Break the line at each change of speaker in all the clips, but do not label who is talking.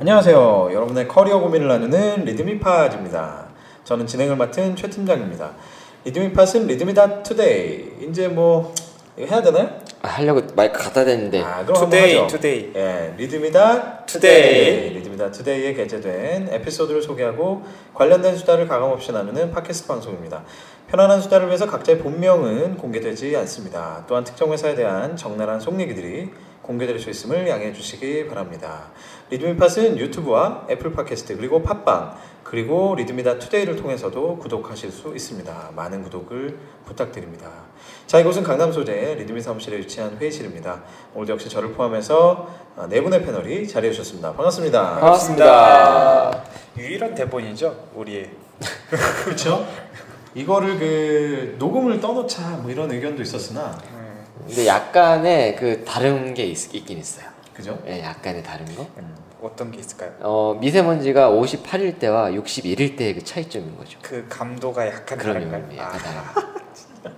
안녕하세요. 여러분의 커리어 고민을 나누는 리드미팟입니다. 저는 진행을 맡은 최 팀장입니다. 리드미팟은 리드미다 투데이. 이제 뭐 이거 해야 되나요?
아, 하려고 마이크 갖다 댔는데
아, 그럼 한번
투데이
하죠.
투데이
예, 리드미다
투데이.
리드미다 투데이에 게재된 에피소드를 소개하고 관련된 수다를 가감없이 나누는 팟캐스트 방송입니다. 편안한 수다를 위해서 각자의 본명은 공개되지 않습니다. 또한 특정 회사에 대한 적나라한 속 얘기들이 공개될 수 있음을 양해해 주시기 바랍니다. 리드미팟은 유튜브와 애플 팟캐스트 그리고 팟빵 그리고 리드미다 투데이를 통해서도 구독하실 수 있습니다. 많은 구독을 부탁드립니다. 자 이곳은 강남 소재 리드미 사무실에 위치한 회의실입니다. 오늘 역시 저를 포함해서 아, 네 분의 패널이 자리해 주셨습니다. 반갑습니다.
아,
반갑습니다.
유일한 대본이죠 우리의
그렇죠? 이거를 그 녹음을 떠놓자 뭐 이런 의견도 있었으나
음,
근데 약간의 그 다른 게 있, 있긴 있어요.
그죠?
예, 약간의 다른 거.
어떤 게 있을까요?
어, 미세먼지가 58일 때와 61일 때의 그 차이점인 거죠.
그 감도가 약간
그런
다른가요?
의미
아,
약간 다른.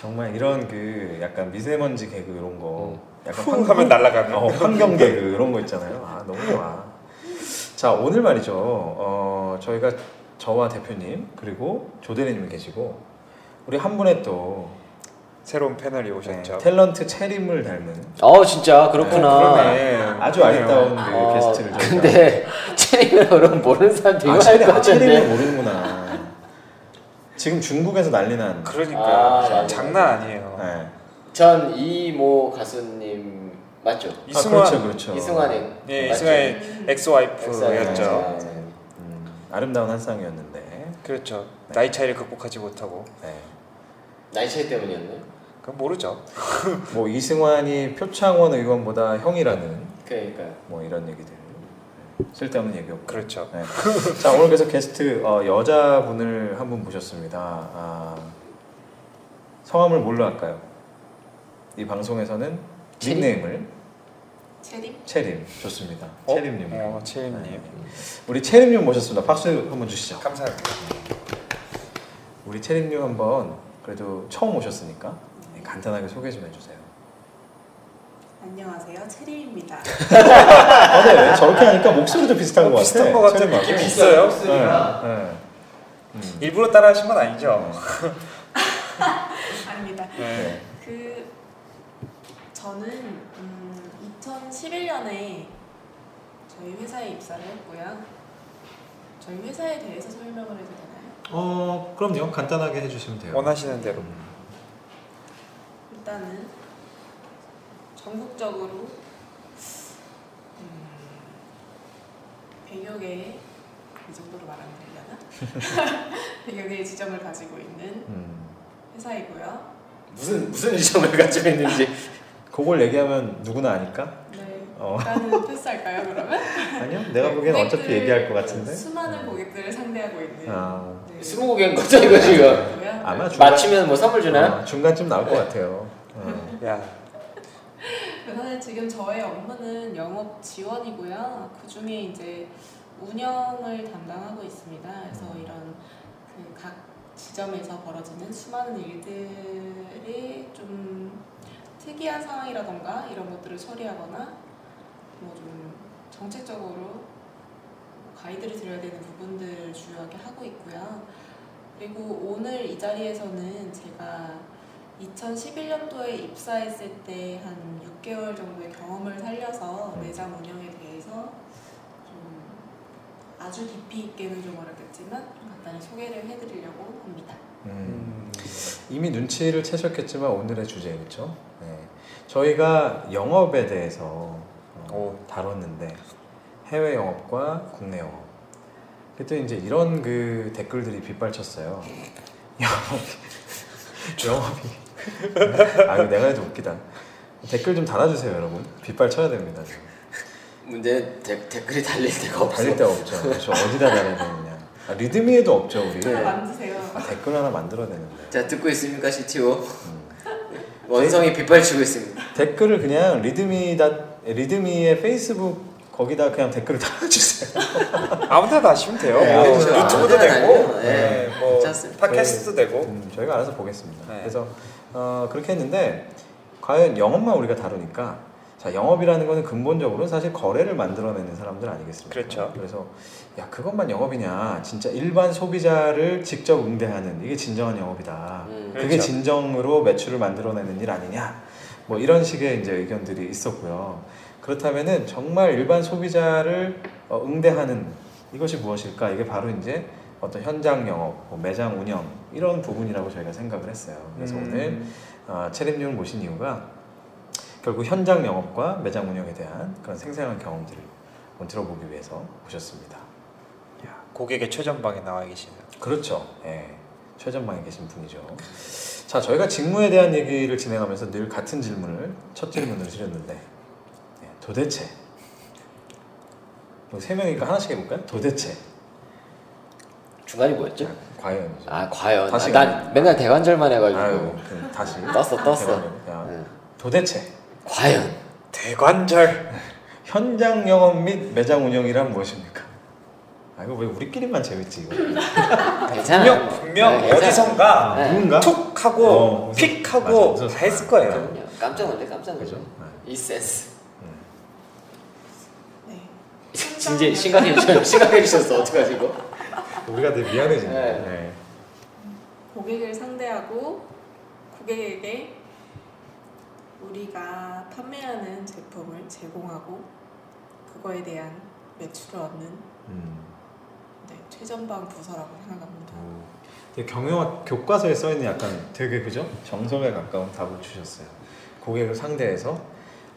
정말 이런 그 약간 미세먼지 개그 이런 거 약간
쿵 하면 날아가는
어, 환경 개그 이런 거 있잖아요. 아 너무 좋아. 자 오늘 말이죠. 어, 저희가 저와 대표님 그리고 조대리님이 계시고 우리 한 분의 또
새로운 패널이
네,
오셨죠
탤런트 체림을 닮은
어 진짜 그렇구나.
네,
아주 아리따운 그
어,
게스트를 저희가
근데 체리는 그럼 모르는 사람도
아
이거 할것
체림, 아, 체림을
같은데.
모르는구나. 지금 중국에서 난리 난.
아,
그러니까
맞아요.
요 장난 아니에요
네.
전 이모 가수님 맞죠?
이승환
아, 그렇죠, 그렇죠.
이승환의
예
맞죠? 네,
이승환의
엑스와이프.
엑스와이프였죠
음, 아름다운 한 쌍이었는데.
그렇죠 나이 차이를 극복하지 못하고
네.
나이 차이 때문이었나요?
그건 모르죠
뭐 이승환이 표창원 의원보다 형이라는
그러니까.
뭐 이런 얘기들 네. 쓸데없는 얘기였고.
그렇죠
네. 자 오늘 그래서 게스트 어, 여자분을 한 분 모셨습니다. 아, 성함을 뭘로 할까요? 이 방송에서는
체림?
닉네임을
체리?
체림 좋습니다.
어?
체림님.
어, 체림님
우리 체림님 모셨습니다. 박수 한번 주시죠.
감사합니다
우리 체림님 한번 그래도 처음 오셨으니까 네, 간단하게 소개 좀 해주세요.
안녕하세요, 체리입니다.
아, 네. 왜 저렇게 하니까 목소리도 비슷한
어,
것 같아.
비슷한 것 같은
체림하고.
느낌이 있어요
네, 네. 음.
일부러 따라 하신 건 아니죠
아닙니다.
네.
그 저는 음, 2011년에 저희 회사에 입사를 했고요. 저희 회사에 대해서 설명을 해도 되나요?
어 그럼요. 간단하게 해주시면 돼요.
원하시는 대로
일단은 전국적으로 음, 100여 개의 이 정도로 말하면 되려나? 100여 개의 지점을 가지고 있는
음.
회사이고요.
무슨 무슨 지점을 가지고 있는지
그걸 얘기하면 누구나 아니까?
네,
어.
일단은 패스할까요 그러면?
아니요. 내가 보기엔 어차피 얘기할 것 같은데.
네, 그
음.
수많은 고객들을 상대하고 있는
아.
네.
스무고개인 거죠 이거 지금
고요
아마 중간,
맞추면 뭐 선물 주나요?
어, 중간쯤 나올 것 같아요.
음.
어.
야
사실 지금 저의 업무는 영업 지원이고요. 그 중에 이제 운영을 담당하고 있습니다. 그래서 이런 그 각 지점에서 벌어지는 수많은 일들이 좀 특이한 상황이라던가 이런 것들을 처리하거나 뭐 좀 정책적으로 가이드를 드려야 되는 부분들을 주요하게 하고 있고요. 그리고 오늘 이 자리에서는 제가 2011년도에 입사했을 때 한 6개월 정도의 경험을 살려서
음.
매장 운영에 대해서 좀 아주 깊이 있게는 좀 어렵겠지만 간단히 소개를 해드리려고 합니다.
음.
음.
이미 눈치를 채셨겠지만 오늘의 주제겠죠. 네. 저희가 영업에 대해서 어, 다뤘는데 해외 영업과 국내 영업. 그때 이제 이런 그 댓글들이 빗발쳤어요. 영업이 영업이 아 이거 내가 해도 웃기다. 댓글 좀 달아주세요 여러분. 빗발쳐야 됩니다. 지금.
문제는 데, 댓글이 달릴 데가 없어
달릴 데가 없죠. 저 어디다 달아야 되느냐. 아, 리드미에도 없죠 우리.
하나
아,
만드세요.
댓글 하나 만들어야 되는데. 음.
자 듣고 있습니까 CTO? 원성이 빗발치고 있습니다
댓글을 그냥 리드미다 리드미의 페이스북 거기다 그냥 댓글을 달아주세요.
아무 데나 하시면 돼요.
네,
뭐
그렇죠.
유튜브도
아무 데나
되고,
아니에요.
네,
네,
뭐
괜찮습니다.
팟캐스트도 되고.
음, 저희가 알아서 보겠습니다.
어? 네.
그래서 어, 그렇게 했는데 과연 영업만 우리가 다루니까 자 영업이라는 거는 근본적으로 사실 거래를 만들어내는 사람들 아니겠습니까?
그렇죠.
그래서 야 그것만 영업이냐? 진짜 일반 소비자를 직접 응대하는 이게 진정한 영업이다.
음.
그게
그렇죠.
진정으로 매출을 만들어내는 일 아니냐? 뭐 이런 식의 이제 의견들이 있었고요. 그렇다면은 정말 일반 소비자를 어, 응대하는 이것이 무엇일까? 이게 바로 이제 어떤 현장 영업, 뭐 매장 운영 이런 부분이라고 저희가 생각을 했어요. 그래서
음.
오늘 아, 체림님을 모신 이유가 결국 현장 영업과 매장 운영에 대한 그런 생생한 경험들을 한번 들어보기 위해서 오셨습니다.
야, 고객의 최전방에 나와 계시는
그렇죠. 예. 최전방에 계신 분이죠. 자, 저희가 직무에 대한 얘기를 진행하면서 늘 같은 질문을 첫 질문으로 드렸는데 예, 도대체 뭐세 명이니까 하나씩 해볼까요? 도대체
중간이 뭐였죠?
과연 이제.
아 과연
다시
아, 난 맨날 대관절만 해가지고
아유, 그, 다시
떴어 떴어
야,
응.
도대체
과연
대관절.
현장 영업 및 매장 운영이란 무엇입니까? 아 이거 왜 우리끼리만 재밌지 이거?
괜찮아
분명 분명
네, 괜찮아.
어디선가
네.
누군가?
툭 하고
어, 무슨-
픽 하고
맞아, 무슨-
다 했을 거예요.
그럼요. 깜짝 놀래 깜짝 놀래
그죠? 네.
이 센스
네.
진짜 심각해 주셨어 심각해 주셨어 어떡하지 이거
우리가 되게 미안해지네.
네.
네.
고객을 상대하고 고객에게 우리가 판매하는 제품을 제공하고 그거에 대한 매출을 얻는
음.
네, 최전방 부서라고 생각합니다.
오. 되게 경영학 교과서에 써 있는 약간 되게 그죠? 정석에 가까운 답을 주셨어요. 고객을 상대해서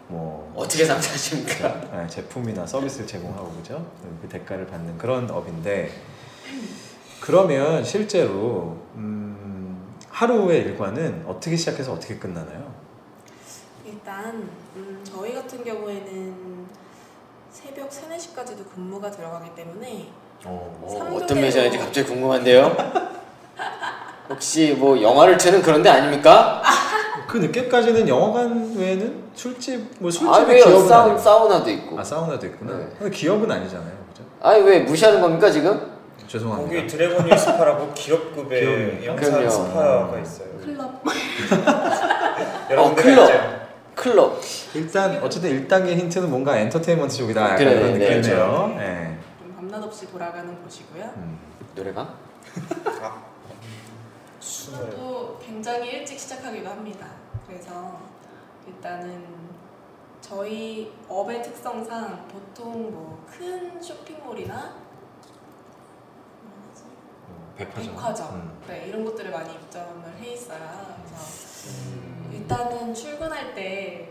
뭐
어떻게 상대하십니까
네, 제품이나 서비스를 제공하고 그죠? 그 대가를 받는 그런 업인데 그러면 실제로 음, 하루의 일과는 어떻게 시작해서 어떻게 끝나나요?
일단 음, 저희 같은 경우에는 새벽 3, 4시까지도 근무가 들어가기 때문에
어,
삼성에서-
어떤 매장인지 갑자기 궁금한데요 혹시 뭐 영화를 트는 그런 데 아닙니까?
그 늦게까지는 영화관 외에는 술집 뭐 술집에
아왜
기업은
사우,
아니-
사우나도 있고
아 사우나도 있구나.
네.
근데 기업은 아니잖아요, 그죠?
아니 왜 무시하는 겁니까 지금?
죄송합니다.
거기 드래곤힐 스파라고 기업급의
기업이요.
영산
그럼요.
스파가 있어요.
클럽
여러분들
어, 클럽.
이제
클럽
일단 어쨌든 1단계 힌트는 뭔가 엔터테인먼트 쪽이다 약간
그래,
이런
네,
느낌이네요.
그렇죠.
예.
좀 밤낮 없이 돌아가는 곳이고요.
음.
노래가?
술을
또 굉장히 일찍 시작하기도 합니다. 그래서 일단은 저희 업의 특성상 보통 뭐 큰 쇼핑몰이나 뭐라 하지?
백화점.
백화점
음.
네, 이런 것들을 많이 입점을 해 있어요. 그래서 일단은 출근할 때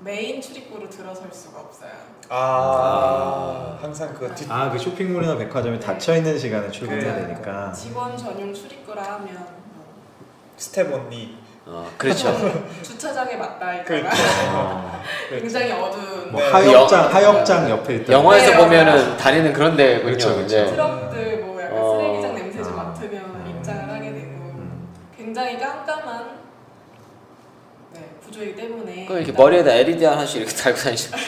메인 출입구로 들어설 수가 없어요.
아 항상 그 뒷.
아, 그 쇼핑몰이나 백화점이 닫혀 있는 시간에 출근해야
네.
되니까.
직원 전용 출입구라 하면 뭐
스텝 언니
어 그렇죠
주차장에 맞다
그렇죠.
있다가
어,
굉장히 어두운
뭐
네.
하역장,
영-
하역장 옆에 있다.
영화에서
네.
보면은 다니는 그런 데군요
그렇죠, 그렇죠.
네.
트럭들 뭐 약간
어.
쓰레기장 냄새 좀
아.
맡으면
음.
입장을 하게 되고
음.
굉장히 깜깜한 네, 구조이기 때문에
그럼 이렇게 머리에다 LED 하나씩 이렇게 달고 다니시는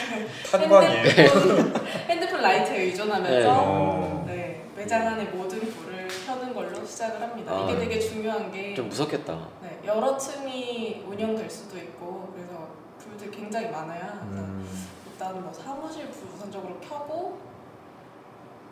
탄광이에요.
핸드폰, 핸드폰 라이트에 의존하면서
어.
네, 매장 안에 모든 불을 켜는 걸로 시작을 합니다.
아.
이게 되게 중요한 게
좀 무섭겠다
네, 여러 층이 운영될 수도 있고 그래서 불들이 굉장히 많아요. 그래서
음.
일단 뭐 사무실 불 우선적으로 켜고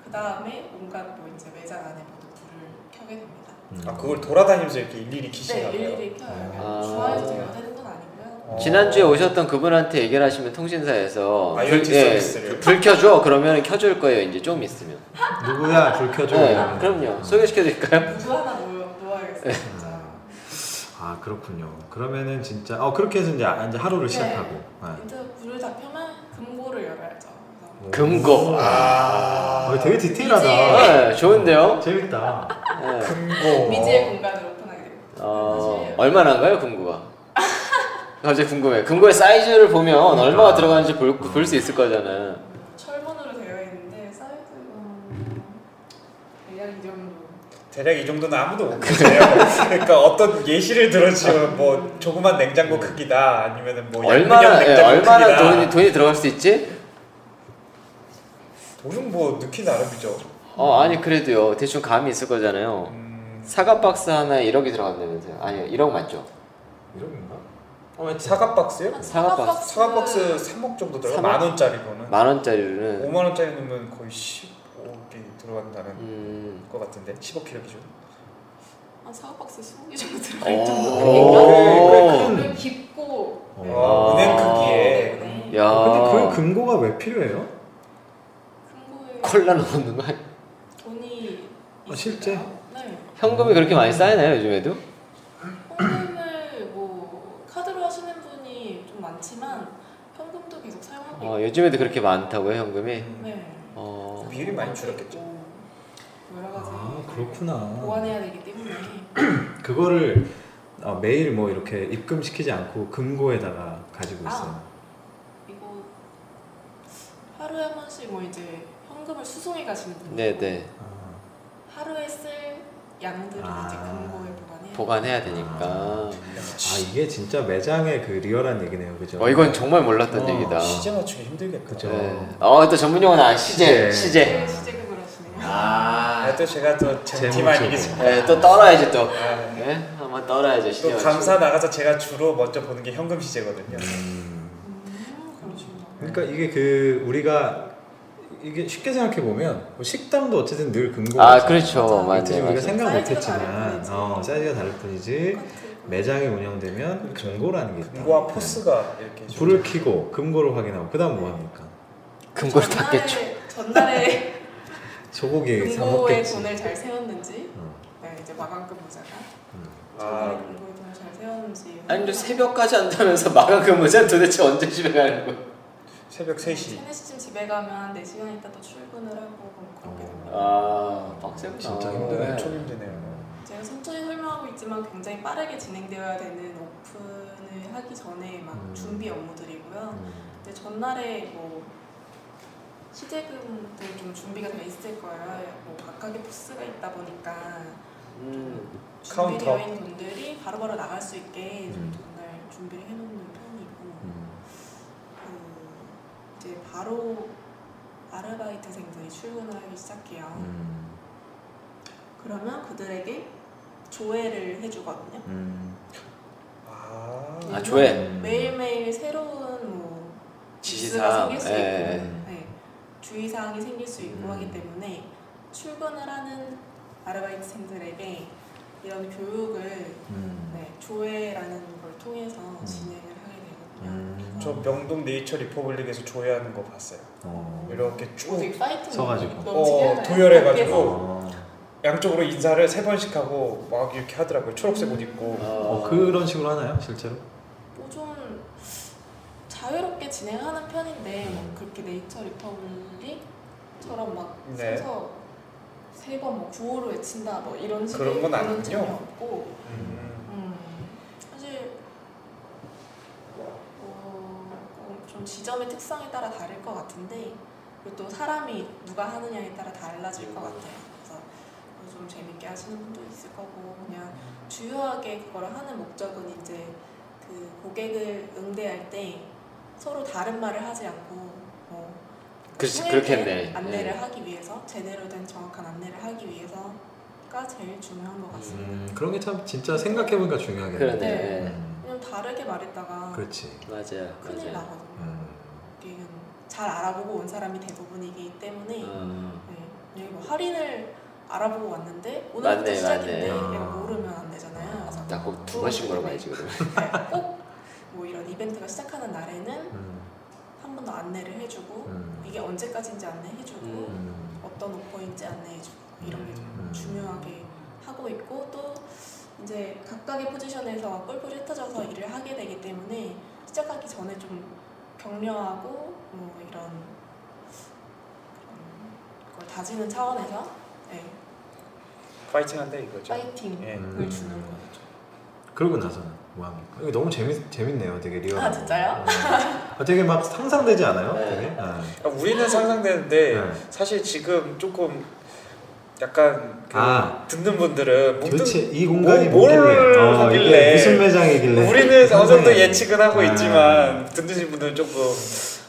그 다음에 온갖 뭐 이제 매장 안에 모두 불을 켜게 됩니다.
음.
아 그걸 돌아다니면서 이렇게 일일이
네,
키시나봐요.
일일이 켜요.
아.
주화해서 제가 되는 건 아니고요.
어.
지난주에 오셨던 그분한테 얘기를 하시면 통신사에서
IoT
불- 예,
서비스를.
불 켜줘 그러면 켜줄 거예요 이제 좀 있으면
누구야? 불 켜줘.
네,
이러면.
그럼요 소개시켜드릴까요?
누구 그 하나 놓아- 놓아야겠어요, 진짜.
아, 그렇군요. 그러면은 진짜 어, 그렇게 해서 이제 이제 하루를
네.
시작하고. 네.
이제 불을 다 펴면 금고를 열어야죠. 그래서
오.
음. 금고.
아
어, 되게 디테일하다.
이제-
네 좋은데요?
재밌다.
네.
금고.
미지의 공간을 오픈하게 됩니다.
어,
아.
사실-
얼마나인가요 금고가? 갑자기 궁금해. 금고의 사이즈를 보면 얼마가 들어가는지 볼 수 있을 거잖아요.
철문으로 되어 있는데 사이즈가 대략 이 정도.
대략 이 정도는 아무도 모르세요. 그러니까 어떤 예시를 들어주면 뭐 조그만 냉장고 크기다 아니면은 뭐
음.
양념
얼마나 예,
냉장고
얼마나
크기다.
돈이, 돈이 들어갈 수 있지?
돈은 뭐 넣기 나름이죠.
어 아니 그래도요 대충 감이 있을 거잖아요.
음,
사과 박스 하나에 1억이 들어간다면서요? 아니요 1억 맞죠?
이런가?
어머,
네? 사각 박스요?
사과 박스.
사각 박스 3억 정도 들어가.
삼억? 네.
만 원짜리로는.
만 원짜리는
5만 원짜리 넣으면 거의 15억이 들어간다는
음.
것 같은데 15kg 기준.
한 사과 박스 20개 정도
오.
들어갈
오.
정도. 그걸 깊고
어.
네.
와,
은행
아, 크기에.
네.
야.
근데 그 금고가 왜 필요해요?
큰 거에
콜라 넣는 거 아니-
돈이
아, 실제?
있을까요? 네.
현금이 그렇게 많이 쌓이나요 요즘에도?
현금을 뭐 카드로 하시는 분이 좀 많지만 현금도 계속 사용하고
어,
있고.
요즘에도 그렇게 많다고요 현금이?
네.
어,
비율이 많이 줄었겠죠.
여러 가지
아 그렇구나.
보완해야 되기 때문에
그거를 어, 매일 뭐 이렇게 입금시키지 않고 금고에다가 가지고
아.
있어요.
이거 하루에 한 번씩 뭐 이제 현금을 수송해 가시는 분
네네
아.
하루에 쓸 양들을
아.
이제 금고에 보관해
보관해야 되니까.
아, 이게 진짜 매장의 그 리얼한 얘기네요, 그죠?
어 이건 정말 몰랐던
어,
얘기다.
시제 맞추기 힘들겠다.
그죠.
네. 어또 전문 용어는 아,
시제.
시제 시제.
네, 시제금을 하시네요
아,
아.
또 제가 또
제목
젠티만 이기지.
적어.
네, 또 떨어야지 또.
아,
네, 한번 떨어야죠 시제.
또 감사 나가서 제가 주로 먼저 보는 게 현금 시제거든요.
음.
음, 그러시구나
그러니까 이게 그 우리가 이게 쉽게 생각해 보면 뭐 식당도 어쨌든 늘 금고.
아 그렇죠 맞네
어쨌든 우리가
맞네.
생각
사이즈가 다를
못했지만
뿐이지.
어, 사이즈가 다를 뿐이지 매장이 운영되면
그렇죠.
금고라는 게 있다. 네.
금고와 포스가 이렇게 좀-
불을 켜고 금고를 확인하고 그다음 뭐 합니까?
금고를 닦겠죠.
전날에
소고기 예, 사
금고에
먹겠지.
돈을 잘 세웠는지
어.
네 이제 마감금 보자가
아,
전날에 금고에 돈을 잘 세웠는지
음. 아니 근데 새벽까지 한다면서 마감 근무자 도대체 언제 집에 가는 거야?
새벽 3시.
3시쯤 집에 가면 4시간 있다 또 출근을 하고
어.
그렇게 됩니다
아 빡세구나.
진짜 힘드네.
엄청 힘드네요.
제가 천천히 설명하고 있지만 굉장히 빠르게 진행되어야 되는 오픈을 하기 전에 막
음.
준비 업무들이고요.
음.
근데 전날에 뭐 시제금도 좀 준비가 돼 있을 거예요. 뭐 각각의 부스가 있다 보니까
음,
준비되어 있는 분들이 바로바로 나갈 수 있게 좀
음.
전날 준비를 해놓는 편이고
음.
그 이제 바로 아르바이트생들이 출근을 하기 시작해요.
음.
그러면 그들에게 조회를 해주거든요.
음.
아,
아 조회
음.
매일매일 새로운 뭐
지시사항.
뉴스가 생길 수
예.
네, 주의사항이 생길 수 있고
음.
하기 때문에 출근을 하는 아르바이트생들에게 이런 교육을
음.
네, 조회라는 걸 통해서 진행을 하게 되거든요.
음.
저 명동 네이처 리퍼블릭에서 조회하는 거 봤어요.
어.
이렇게
어,
쭉
되게 파이팅
서가지고.
어, 도열해가지고.
서
어.
양쪽으로 인사를 세 번씩 하고 막 이렇게 하더라고요. 초록색 옷 입고.
어, 그런 식으로 하나요, 실제로?
음.
뭐좀 자유롭게 진행하는 편인데
음.
뭐 그렇게 네이처 리퍼블릭처럼 막
네.
서서 세번뭐 구호로 외친다 뭐 이런 식의
그런 건
그런 적이
아니군요.
없고
음.
음, 사실 어, 좀 지점의 특성에 따라 다를 것 같은데 그리고 또 사람이 누가 하느냐에 따라 달라질 것 같아요. 그래서 뭐좀 재밌게 하시는 분도 있을 거고 그냥 주요하게 그걸 하는 목적은 이제 그 고객을 응대할 때 서로 다른 말을 하지 않고 뭐
그렇지
후에
그렇겠네.
안내를
예.
하기 위해서 제대로 된 정확한 안내를 하기 위해서가 제일 중요한 것 같습니다.
음, 그런 게 참 진짜 생각해보니까 중요하겠네.
그러네.
네.
음,
그냥 다르게 말했다가
그렇지.
맞아요. 맞아요.
큰일 나거든요.
음,
이게 잘 알아보고 온 사람이 대부분이기 때문에
음.
네. 여기 뭐 할인을 알아보고 왔는데 오늘부터
맞네, 아.
시작인데
맞네.
내가 모르면 안 되잖아요. 그래서 네,
나 거기 두 번씩 물어봐야지 그럼.
꼭뭐 이런 이벤트가 시작하는 날에는
음,
한 번 더 안내를 해주고
음,
이게 언제까지인지 안내해주고
음.
음,
어떤 오퍼인지 안내해주고 이런 게 좀
음.
중요하게 하고 있고 또 이제 각각의 포지션에서 뿔뿔이 흩어져서 일을 하게 되기 때문에 시작하기 전에 좀 격려하고 뭐 이런 음, 그런 걸 다지는 차원에서 네,
파이팅한데 이거죠.
파이팅을
예.
음.
주는 거죠.
그러고 나서는 뭐 합니까? 이거 너무 재밌 재밌네요, 되게 리얼.
아, 진짜요?
어, 되게 막 상상되지 않아요?
네.
되게. 아,
그러니까 우리는 상상되는데
네.
사실 지금 조금 약간 그
아.
듣는 분들은 못
도대체
듣...
이 공간이
뭐 뭘
뭐길래? 어,
하길래?
이게 무슨 매장이길래?
우리는 어느 정도
상상해.
예측은 하고
아.
있지만 듣는 분들은 조금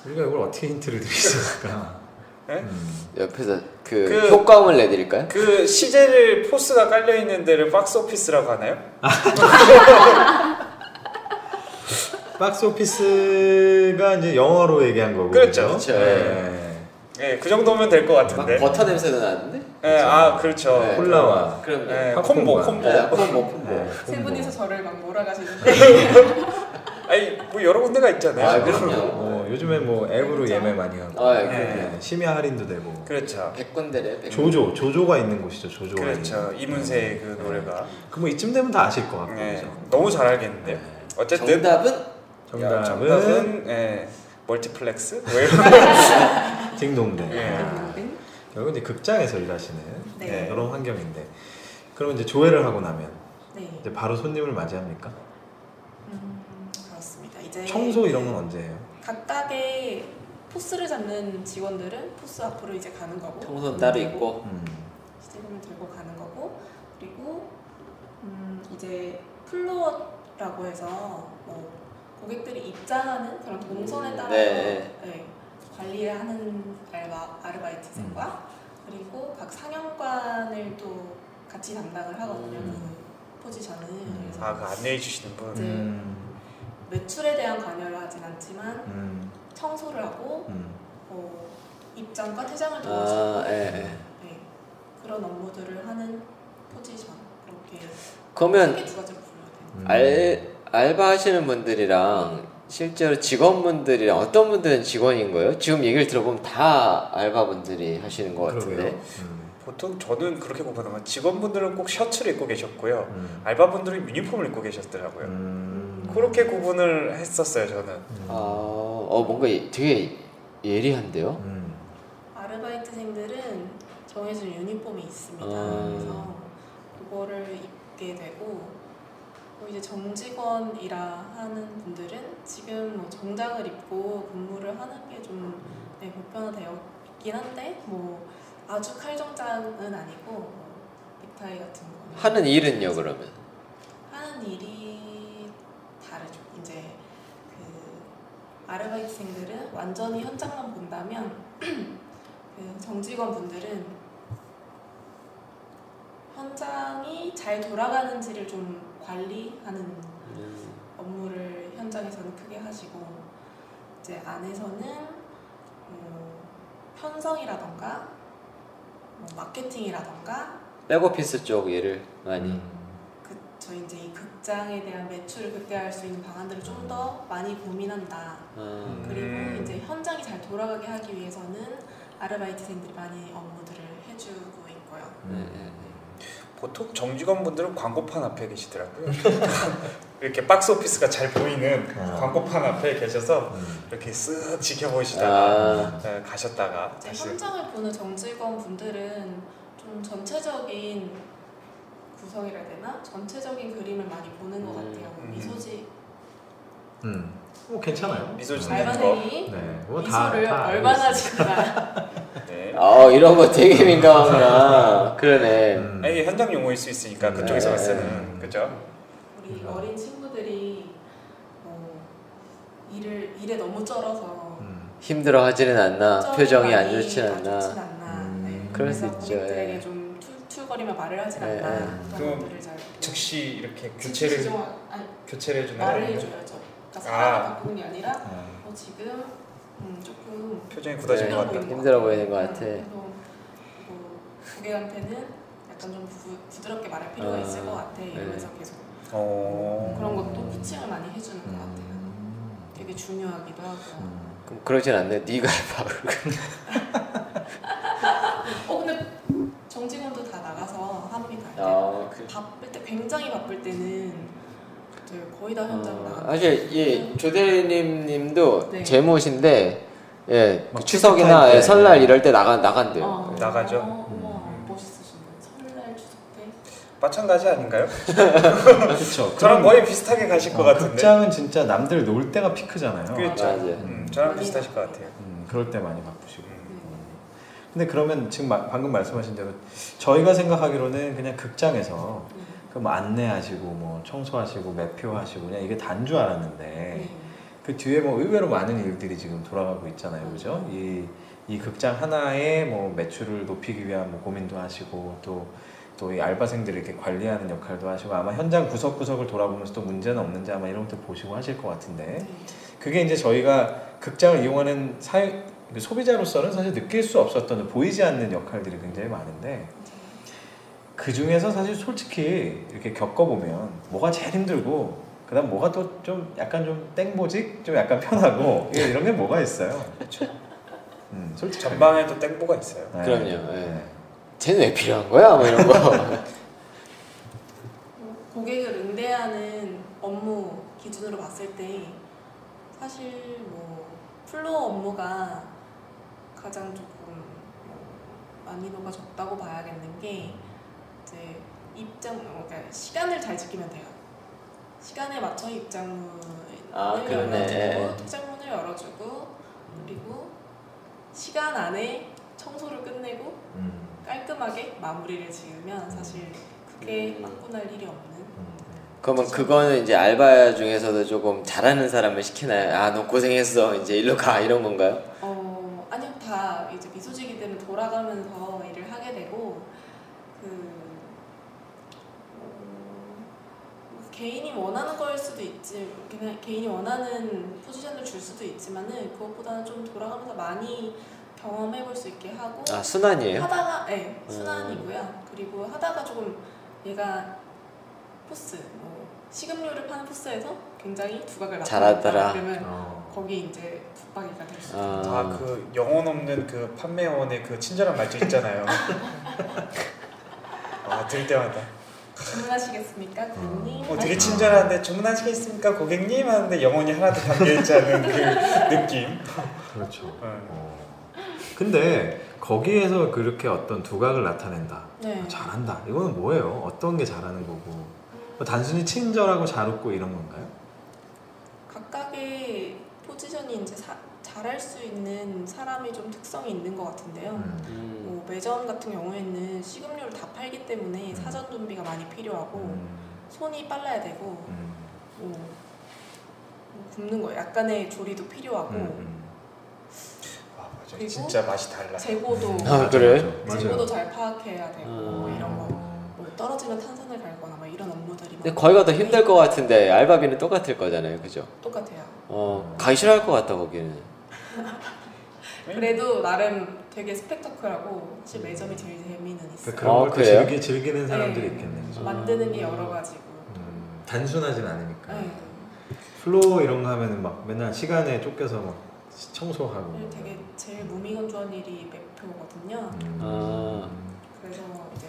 우리가 이걸 어떻게 힌트를 드릴 수 있을까?
예?
음,
옆에서 그,
그-
효과음을 내드릴까요?
그 시제를 포스가 깔려 있는 데를 박스 오피스라고 하나요?
박스 오피스가 이제 영어로 얘기한 거고.
그렇죠.
그죠?
그렇죠.
예.
예, 그 정도면 될 것
막
같은데.
버터 냄새도 나는데?
예, 아 그렇죠.
네.
콜라와.
그럼요.
예,
팝콘과.
콤보 콤보.
네, 콤보, 콤보.
네,
세
콤보.
분이서 저를 막 몰아가시는데 네.
아니 뭐 여러 군데가 있잖아요.
아, 그럼요.
어, 요즘에 뭐 앱으로
그렇죠.
예매 많이 하고.
아, 예,
그럼요.
예, 심야 할인도 되고.
그렇죠.
백 군데래. 백 군데.
조조, 조조가 있는 곳이죠. 조조가.
그렇죠. 이문세의 그 노래가
그뭐 이쯤 되면 다 네. 아실 것 같고.
예,
그죠?
너무 잘 알겠는데.
네.
어쨌든
정답은
정답은,
정답은 예, 멀티플렉스 뭐 이런.
딩동댕.
예.
아, 결국 이제 극장에서 일하시는
네.
예,
그런 환경인데. 그럼 이제 조회를 하고 나면
네
이제 바로 손님을 맞이합니까?
음, 그렇습니다 이제
청소 이런 건 언제 해요?
각각의 포스를 잡는 직원들은 포스 앞으로 이제 가는 거고
청소는 따로 있고.
음.
시스템을 들고 가는 거고 그리고 음, 이제 플로어라고 해서 뭐 고객들이 입장하는 그런 동선에 따라
음, 네.
네, 관리를 하는 알바, 아르바이트생과
음.
그리고 각 상영관을 또 같이 담당을 하거든요
음.
그 포지션은 그래서
아그 안내해 주시는 분.
네.
음.
매출에 대한 관여를 하진 않지만
음.
청소를 하고
음.
뭐 입장과 퇴장을 도와주고
아, 예, 예.
네, 그런 업무들을 하는 포지션 그렇게
그러면
크게 두 가지로 분류가 돼요.
음.
알 알바 하시는 분들이랑 실제로 직원분들이랑 어떤 분들은 직원인 거예요? 지금 얘기를 들어보면 다 알바분들이 하시는 것 같은데.
그러게요. 음.
보통 저는 그렇게 보거든요. 직원분들은 꼭 셔츠를 입고 계셨고요.
음.
알바분들은 유니폼을 입고 계셨더라고요.
음.
그렇게 구분을 했었어요 저는.
아, 어 뭔가 이- 되게 예리한데요.
음.
아르바이트생들은 정해진 유니폼이 있습니다.
아.
그래서 그거를 입게 되고 또 이제 정직원이라 하는 분들은 지금 뭐 정장을 입고 근무를 하는 게좀 네, 보편화되어 있긴 한데 뭐 아주 칼정장은 아니고 뭐 넥타이 같은 거
하는 일은요 그러면.
하는 일이 다르죠. 이제 그 아르바이트생들은 완전히 현장만 본다면 그 정직원 분들은 현장이 잘 돌아가는지를 좀 관리하는 업무를 현장에서는 크게 하시고 이제 안에서는 뭐 편성이라던가 뭐 마케팅이라던가
백오피스 쪽 일을 많이.
음.
그, 저희 이제 이 극장에 대한 매출을 극대화할 수 있는 방안들을 좀 더 많이 고민한다.
아,
그리고
음.
이제 현장이 잘 돌아가게 하기 위해서는 아르바이트생들이 많이 업무들을 해주고 있고요.
예,
네.
예.
보통 정직원분들은 광고판 앞에 계시더라고요. 이렇게 박스 오피스가 잘 보이는
아.
광고판 앞에 계셔서
음.
이렇게 쓱 지켜보시다가
아,
네, 가셨다가
이제
다시
현장을 보는 정직원 분들은 좀 전체적인 구성이라 해야 되나? 전체적인 그림을 많이 보는 것 같아요.
음.
미소지
음. 뭐 괜찮아요.
미소 짓는 거.
알바생이
네. 뭐 다,
미소를
다 알고
얼마나
있어요.
짓나
네.
어, 이런 거 되게 민감하구나. 그러네.
음.
아, 이게 현장 용어일 수 있으니까 그쪽에서
네.
쓰는 그죠?
우리
그러니까.
어린 친구들이 뭐 일을 일에 너무 쩔어서
음.
힘들어 하지는 않나.
표정이
표정이 안
많이
좋진
안
않나.
좋진 않나.
음,
네.
그럴 수
그래서
있죠.
고객들에게
예.
좀 툴툴거리며 말을 하진
예,
않나.
예.
그런
그럼
분들을 잘
즉시 이렇게
지-
교체를
지정- 아니,
교체를
말을
해주면
해줘야죠. 그러니까
아.
사람을 바꾸는 게 아니라
아.
어, 지금 음, 조금
표정이 굳어진
네.
것
보이는
같다.
것
힘들어
같아요.
보이는 것
음,
같아.
그래서 뭐 고객한테는 약간 좀 부, 드럽게 말할 필요가
아,
있을 것 같아. 이러면서 계속
어.
그런 것도 피칭을 많이 해주는 것 같아요.
음.
되게 중요하기도 하고.
음.
그럼 그러진 않네. 네가 그 알바.
어 근데 정직원도 다 나가서 합니다. 이제
아, 그.
바쁠 때 굉장히 바쁠 때는 이제 거의 다 현장
어,
나가.
사실 예, 조대리님님도
음. 네.
재무신데 예,
막
추석이나
때.
예, 설날 이럴 때 나가 나간대요. 음.
어,
예.
나가죠.
어, 우와, 멋있으신데 설날 추석 때.
마찬가지 아닌가요?
그렇죠.
저랑 거의 비슷하게 가실
어,
것 같은데.
어, 극장은 진짜 남들 놀 때가 피크잖아요.
그게- 그렇죠.
네.
맞아요.
음, 저랑 비슷하실 것 같아요.
음, 그럴 때 많이 바쁘시고.
음.
음. 근데 그러면 지금 마- 방금 말씀하신 대로 저희가 생각하기로는 그냥 극장에서
네.
그럼 안내하시고 뭐 청소하시고 매표하시고 그냥 이게 단 줄 알았는데
네.
그 뒤에 뭐 의외로 많은 일들이 지금 돌아가고 있잖아요, 그죠?
음.
이, 이 극장 하나의 뭐 매출을 높이기 위한 뭐 고민도 하시고 또 또 이 알바생들을 이렇게 관리하는 역할도 하시고 아마 현장 구석구석을 돌아보면서 또 문제는 없는지 아마 이런 것도 보시고 하실 것
네.
같은데 그게 이제 저희가 극장을 이용하는 사회 그 소비자로서는 사실 느낄 수 없었던 보이지 않는 역할들이 굉장히 많은데 그 중에서 사실 솔직히 이렇게 겪어보면 뭐가 제일 힘들고 그다음 뭐가 또 좀 약간 좀 땡보직 좀 약간 편하고 예, 그렇죠. 이런 게 뭐가 있어요. 음, 네. 솔직히
전방에도 땡보가 있어요.
그럼요, 예. 쟤는 왜 필요한 거야? 뭐 이런 거.
뭐 고객을 응대하는 업무 기준으로 봤을 때 사실 뭐 플로어 업무가 가장 조금 뭐 난이도가 적다고 봐야겠는 게 이제 입장 어, 그러니까 시간을 잘 지키면 돼요. 시간에 맞춰 입장문을
아, 그러네.
열어주고 입장문을 열어주고 그리고 시간 안에 청소를 끝내고
음,
깔끔하게 마무리를 지으면 사실 크게
음.
맞고날 일이 없는
음.
그러면 그거는 이제 알바 중에서도 조금 잘하는 사람을 시키나요? 아, 너 고생했어. 이제 일로 가. 이런 건가요?
어 아니요 다 이제 미소지기 때문에 돌아가면서 일을 하게 되고 그 어, 개인이 원하는 거일 수도 있지 그냥 개인이 원하는 포지션을 줄 수도 있지만은 그것보다는 좀 돌아가면서 많이 경험해 볼 수 있게 하고
아, 순환이에요? 음.
하다가 네, 순환이고요. 그리고 하다가 조금 얘가 포스 뭐 식음료를 파는 포스에서 굉장히 두각을
잘하더라.
나타냈다. 그러면
어.
거기 이제 붙박이가 될 수 있어요.
아,
아 그 영혼 없는 그 판매원의 그 친절한 말투 있잖아요. 아 들 때마다
주문하시겠습니까, 고객님?
어 되게 친절한데 주문하시겠습니까 고객님 하는데 영혼이 하나도 담겨 있지 않은 그 느낌.
그렇죠.
어.
어. 근데 거기에서 그렇게 어떤 두각을 나타낸다.
네.
어, 잘한다. 이거는 뭐예요? 어떤 게 잘하는 거고? 뭐 단순히 친절하고 잘 웃고 이런 건가요?
각각의 포지션이 이제 사- 잘할 수 있는 사람이 좀 특성이 있는 것 같은데요.
음.
음.
뭐 매점 같은 경우에는 식음료를 다 팔기 때문에 사전 준비가 많이 필요하고
음.
손이 빨라야 되고
음.
뭐, 뭐 굽는 거 약간의 조리도 필요하고
음.
아 맞아
그리고
진짜 맛이 달라. 음.
재고도
아, 그래?
음. 맞아요.
재고도 잘 파악해야 되고
음.
이런 거. 뭐 떨어지면 탄산을 갈거나 막 이런 업무들이
근데
많아요.
거기가 더 힘들 것 같은데 알바비는 똑같을 거잖아요. 그죠?
똑같아요.
어, 가기 싫어할 것 같다, 거기는.
그래도 나름 되게 스펙터클하고 사실 매점이 제일 재미는 있어요.
그러니까 그런
아,
걸 또
그래요?
즐기, 즐기는 사람들이
네.
있겠네. 그죠?
만드는 게 여러 가지고.
음. 단순하진 않으니까.
네.
플로어 이런 거 하면은 막 맨날 시간에 쫓겨서 막 시- 청소하고.
그리고 네, 되게 제일 무미건조한 일이 매표거든요.
음.
아.
그래서 이제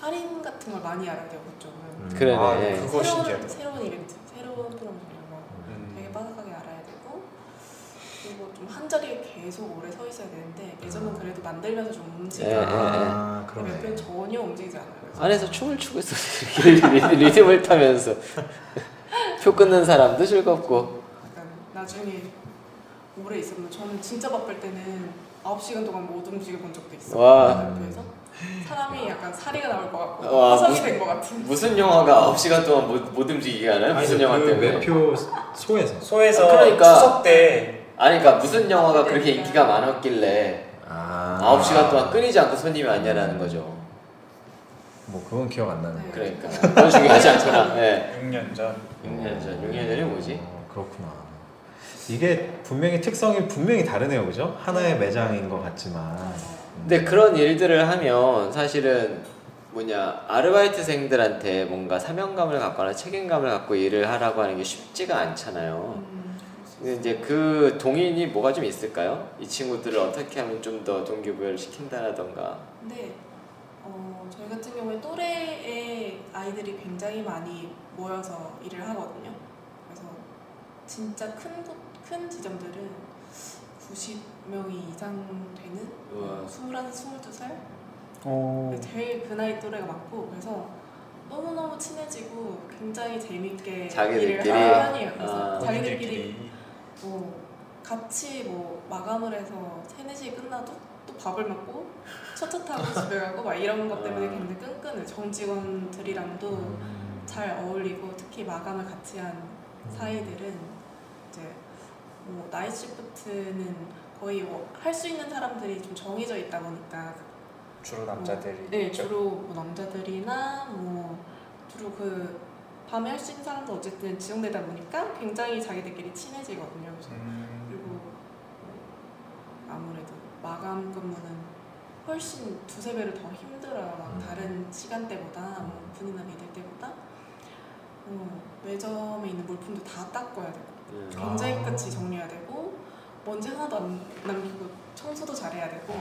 할인 같은 걸 많이 알아야 돼요 그쪽은.
음.
그래.
아
네.
그거
새로운
신기하다.
새로운 이벤트, 새로운 프로그램 이런 거.
음.
되게 빠삭하게 알아야 되고 그리고 좀 한 자리에 계속 오래 서 있어야 되는데 매점은 그래도 만들면서 좀
예, 예,
움직여.
아, 음.
근데
그러네.
매표는 전혀 움직이지 않아요.
안에서 춤을 추고 있어서 이렇게 리- 리듬을 타면서 표 끊는 사람도 즐겁고
약간 나중에 오래 있으면 저는 진짜 바쁠 때는 9시간 동안 못 움직여 본 적도 있어요.
와.
매표에서 사람이 약간 사리가 나올 것 같고
와,
화성이
무슨-
된 것 같은.
무슨 영화가 9시간 동안 못, 못 움직이게 하나요? 무슨 영화
그
때문에?
매표 소에서.
소에서
그러니까.
추석 때
아니 그러니까 무슨 영화가 그렇게
그러니까.
인기가 많았길래
아.
9시간 동안 끊이지 않고 손님이 왔냐라는 거죠
뭐 그건 기억 안 나는.
네.
그러니까 그런 중요하지 않구나 네.
6년 전.
6년 전, 6년 전이 뭐지?
어, 그렇구나. 이게 분명히 특성이 분명히 다르네요, 그죠? 하나의 매장인 것 같지만.
맞아요.
음.
근데 그런 일들을 하면 사실은 뭐냐 아르바이트생들한테 뭔가 사명감을 갖거나 책임감을 갖고 일을 하라고 하는 게 쉽지가 않잖아요
음,
근데 이제 그 동인이 뭐가 좀 있을까요? 이 친구들을 어떻게 하면 좀 더 동기부여를 시킨다라던가
근데 어, 저희 같은 경우에 또래의 아이들이 굉장히 많이 모여서 일을 하거든요. 그래서 진짜 큰, 곳- 큰 지점들은 90명이 이상 되는
우와.
21, 22살
어.
네.
제일 그 나이 또래가 많고 그래서 너무너무 친해지고 굉장히 재밌게
자기들끼리?
일을 하는 편이에요. 그래서
아.
자기들끼리 뭐 같이 뭐 마감을 해서 3, 4시에 끝나도 또 밥을 먹고 첫차 타고 집에 가고 막 이런 것 때문에
아. 음.
굉장히 끈끈해요. 정직원들이랑도 잘 어울리고 특히 마감을 같이 한
음.
사이들은 이제 뭐 어, 나이 시프트는 거의 할 수 있는 사람들이 좀 정해져 있다 보니까
주로 남자들이
네, 주로 뭐 남자들이나 뭐 주로 그 밤에 할 수 있는 사람도 어쨌든 지정되다 보니까 굉장히 자기들끼리 친해지거든요. 그래서
음,
그리고 뭐 아무래도 마감 근무는 훨씬 두세 배를 더 힘들어요. 막
음.
다른 시간대보다 뭐 분이나 매일 때보다 뭐 매점에 있는 물품도 다 닦아야 되고
음.
아.
굉장히 끝이 정리해야 되고 먼지 하나도 안 남기고 청소도 잘해야 되고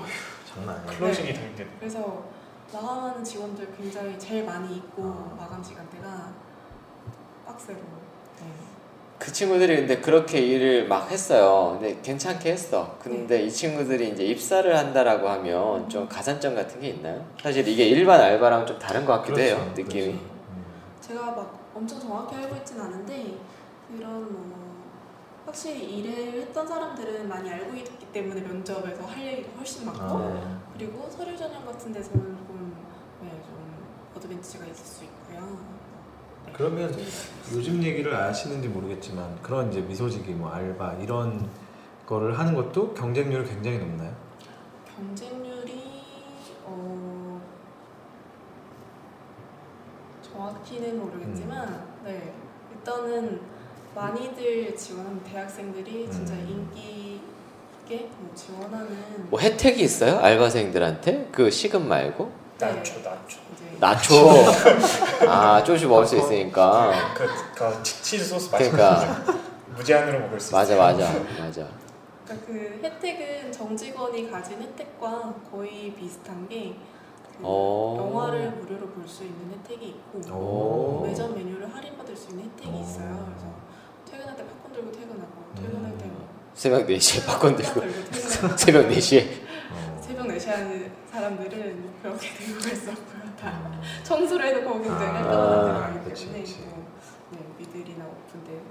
장난 아니에요.
클로징이 더 힘든
그래서 마감하는 직원들 굉장히 제일 많이 있고
아.
마감 시간대가 빡세로 네.
그 친구들이 근데 그렇게 일을 막 했어요. 근데 괜찮게 했어. 근데 이 친구들이 이제 입사를 한다라고 하면 좀 가산점 같은 게 있나요? 사실 이게 일반 알바랑 좀 다른 것 같기도 해요.
그렇죠,
느낌이.
그렇죠. 음.
제가 막 엄청 정확히 알고 있진 않은데 이런 뭐 확실히 일을 했던 사람들은 많이 알고 있기 때문에 면접에서 할 얘기가 훨씬
어?
많고
아,
그리고 서류 전형 같은 데서는 조금 네, 좀 어드밴티지가 있을 수 있고요.
그러면 요즘 얘기를 아시는지 모르겠지만 그런 이제 미소지기 뭐 알바 이런 거를 하는 것도 경쟁률이 굉장히 높나요?
경쟁률이 어 정확히는 모르겠지만
음.
네 일단은 많이들 지원하는 대학생들이 진짜
음.
인기 있게 뭐 지원하는
뭐 혜택이 있어요? 알바생들한테? 그 시급 말고?
네.
낮춰 낮춰
이제
나초. 아, 조금씩 먹을 수 있으니까.
그, 그 치- 치즈 소스 맛있는
그러니까
무제한으로 먹을 수
맞아
있어요
맞아 맞아.
그러니까 그 혜택은 정직원이 가진 혜택과 거의 비슷한 게그
오.
영화를 무료로 볼 수 있는 혜택이 있고
어.
오.
매점 메뉴를 할인받을 수 있는 혜택이
오.
있어요. 그래서 퇴근할 때 팝콘 들고 퇴근하고 퇴근할
음.
때 뭐
새벽 4시에 팝콘 들고
퇴근하고
새벽 4시에
어.
새벽 4시 하는 사람들은 그렇게 들고 갔었고요. 다
음.
청소를 해도 거기 굉장히
아,
깔끔한 데가
그치,
있기 때문에
그치.
뭐, 네, 미들이나 오픈데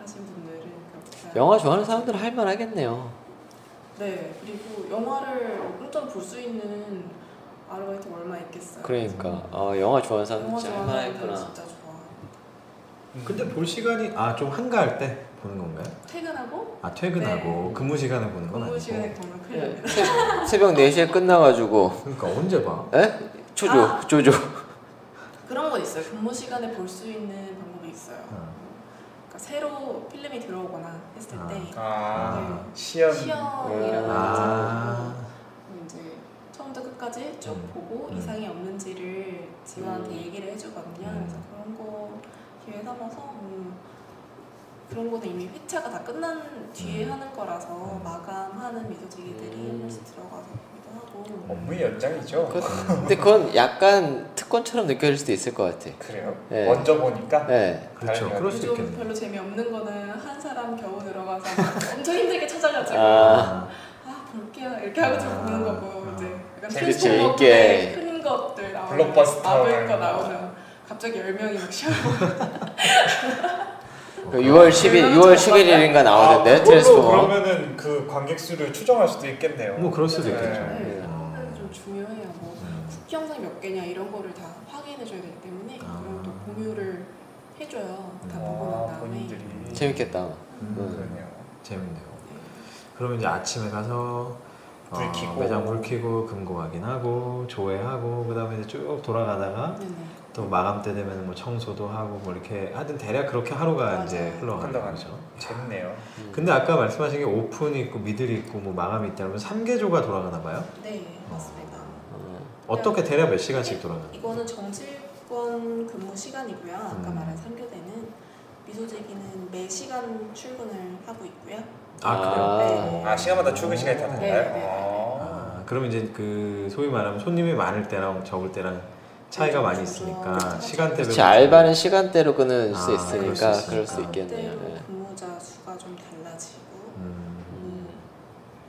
하신 분들은 그렇게 다-
영화 좋아하는 사람들은 할 만하겠네요.
네, 그리고 영화를 엄청 볼 수 있는 아르바이트가 얼마 있겠어요.
그러니까 어, 영화 좋아하는 사람들
영화
진짜 할
좋아하는 사람들
만하겠구나.
진짜 좋아.
음. 뭐-
근데 볼 시간이 아 좀 한가할 때 보는 건가요?
퇴근하고
아 퇴근하고
네.
근무 시간에 보는 건
공부
아니고.
시간에 보면 큰일
예,
납니다.
새- 새벽 4시에 끝나가지고
그러니까 언제 봐?
에? 조조
아.
조조
그런 건 있어요. 근무 시간에 볼 수 있는 방법이 있어요.
아,
그러니까 새로 필름이 들어오거나 했을
아.
때
아
네.
시연
시연이라고 하잖아요.
아.
이제 처음부터 끝까지 쭉
음.
보고
음.
이상이 없는지를 직원한테
음.
얘기를 해주거든요.
음.
그래서 그런 거 기회 삼아서 뭐 그런 거는 이미 회차가 다 끝난 뒤에
음.
하는 거라서
음.
마감하는 미소지기들이
음.
한 번씩 들어가서 보기도 하고
업무의 연장이죠
그- 근데 그건 약간 특권처럼 느껴질 수도 있을 것 같아.
그래요
네.
먼저 보니까
네.
그렇죠.
다른
그럴 수
아. 요즘
있겠네.
별로 재미없는 거는 한 사람 겨우 들어가서 막 엄청 힘들게 찾아가지고
아.
아 볼게요 이렇게 하고 좀 보는 거고 뭐
아.
이제 약간
재밌-
트랜스포머
재밌게.
같은 큰 것들 나오는
블록버스터
마블 거
이런 거.
나오는 갑자기 10명이 막 시험
그 6월 10일 6월 11일인가 나오던데
아, 그걸로
트랜스포머.
그러면은 그 관객 수를 추정할 수도 있겠네요 아,
뭐 그럴 수도 있겠죠.
네.
어.
좀 중요해요 뭐
음.
국영상 몇 개냐 이런 거를 다 확인해 줘야 되기 때문에
아.
그런 또 공유를 해줘요 다 보고 난
아,
다음에
본인들이
재밌겠다.
음.
그러네요
재밌네요.
네.
그러면 이제 아침에 가서 어,
불 켜고.
매장 불 켜고 금고 확인하고 조회하고 그다음에 이제 쭉 돌아가다가
네네.
또 마감 때 되면 뭐 청소도 하고 뭐 이렇게 하여튼 대략 그렇게 하루가
맞아요.
이제 흘러가는
흘러가죠.
거죠.
재밌네요
근데 아까 말씀하신 게 오픈이 있고 미들이 있고 뭐 마감이 있다 그러면 3개조가 돌아가나 봐요?
네 맞습니다
어,
어떻게 대략 몇 시간씩 돌아가요?
이거는 정직원 근무 시간이고요 아까
음.
말한 3교대는 미소재기는 매 시간 출근을 하고 있고요
아 그래요?
네.
아 시간마다 출근 시간이 다
네, 네, 네,
다른가요?
아, 그럼 이제 그 소위 말하면 손님이 많을 때랑 적을 때랑 차이가
네,
많이
그렇죠.
있으니까
그렇죠.
시간대별
그렇지 알바는 시간대로 끊을
아,
수 있으니까
그럴 수
그럴 수
있으니까.
있겠네요.
그때로
예.
근무자 수가 좀 달라지고
음,
음.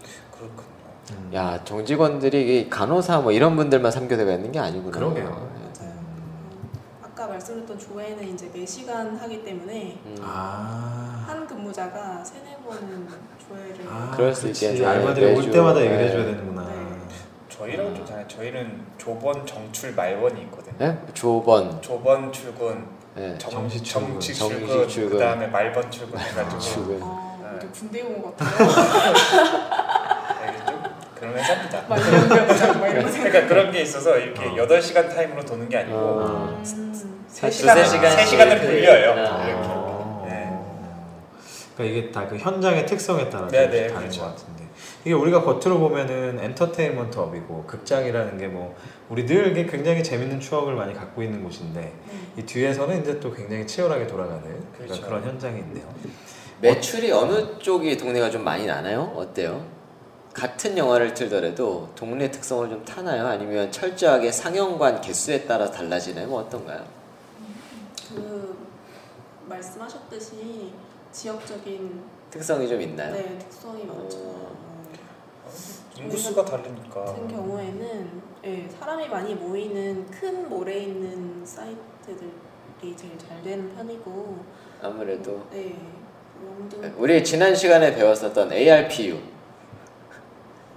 아, 그렇군요
음.
야 정직원들이 이 간호사 뭐 이런 분들만 3교대가 있는 게 아니구나.
그러게요.
예.
맞아요.
음.
아까 말씀드렸던 조회는 이제 매 시간 하기 때문에
음.
아,
한 근무자가 세네 번은 조회를
아
그럴 수
그렇지.
있겠네.
알바들이
매주,
올 때마다 얘기를
네.
해줘야 되는구나.
네.
저희랑은 좀 다른 저희는 조번 정출 말원이 있거든요
예? 조번.
조번 출근
예.
정,
정시 출근,
정치
정시
출근,
출근. 아,
그다음에 말번 출근 해가지고
출근.
아,
네.
모두 군대 온 것 같아요.
네, 좀 그런 그런 회사입니다.
막 이런 거, 막 이런 거 생각.
그러니까 그런 게 있어서 이렇게
어.
8시간 타임으로 도는 게 아니고
어.
음.
세
두세
시간을-
시간씩
세 시간을 불려요.
네.
아.
이렇게. 네.
그러니까 이게 다 그 현장의 특성에 따라
네,
네,
네,
다른
그렇죠.
것 같은데 이게 우리가 겉으로 보면은 엔터테인먼트 업이고 극장이라는 게 뭐 우리 늘 이게 굉장히 재밌는 추억을 많이 갖고 있는 곳인데
네.
이 뒤에서는 이제 또 굉장히 치열하게 돌아가는 그러
그렇죠.
런 현장이 있네요.
매출이 어느 쪽이 동네가 좀 많이 나나요? 어때요? 같은 영화를 틀더라도 동네 특성을 좀 타나요? 아니면 철저하게 상영관 개수에 따라 달라지나요? 뭐 어떤가요?
그 말씀하셨듯이 지역적인
특성이 좀 있나요?
네, 특성이 많죠.
어.
인구수가 다르니까.
같은 경우에는 예, 사람이 많이 모이는 큰 몰에 있는 사이트들이 제일 잘 되는 편이고
아무래도
네, 영등
우리 지난 시간에 배웠었던 ARPU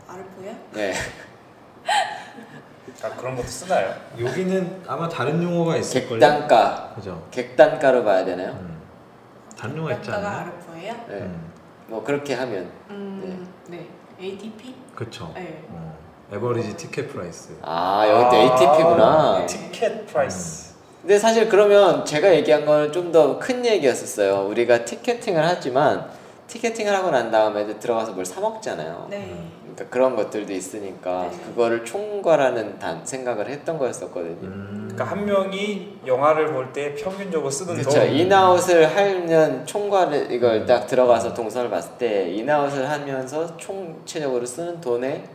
아르포야?
네.
아, 그런 것도 쓰나요?
여기는 아마 다른 용어가 있을 걸요.
객단가
그죠?
객단가로 봐야 되나요?
음. 다른 용어 있지 않나?
아르포예요?
네.
음.
뭐 그렇게 하면
음, 네. ATP?
그렇죠.
네.
어, 에버리지 티켓 프라이스.
아 여기도 ATP구나. 음.
네.
아, 티켓 프라이스.
근데 사실 그러면 제가 얘기한 거는 좀 더 큰 얘기였었어요. 우리가 티켓팅을 하지만 티켓팅을 하고 난 다음에 이제 들어가서 뭘 사 먹잖아요.
네.
그러니까 그런 것들도 있으니까
네.
그거를 총괄하는 단 생각을 했던 거였었거든요.
음.
그러니까 한 명이 영화를 볼 때 평균적으로 쓰는
그렇죠.
돈.
인아웃을 하면 총괄을 이걸 딱 들어가서 동선을 봤을 때 인아웃을 하면서 총체적으로 쓰는 돈에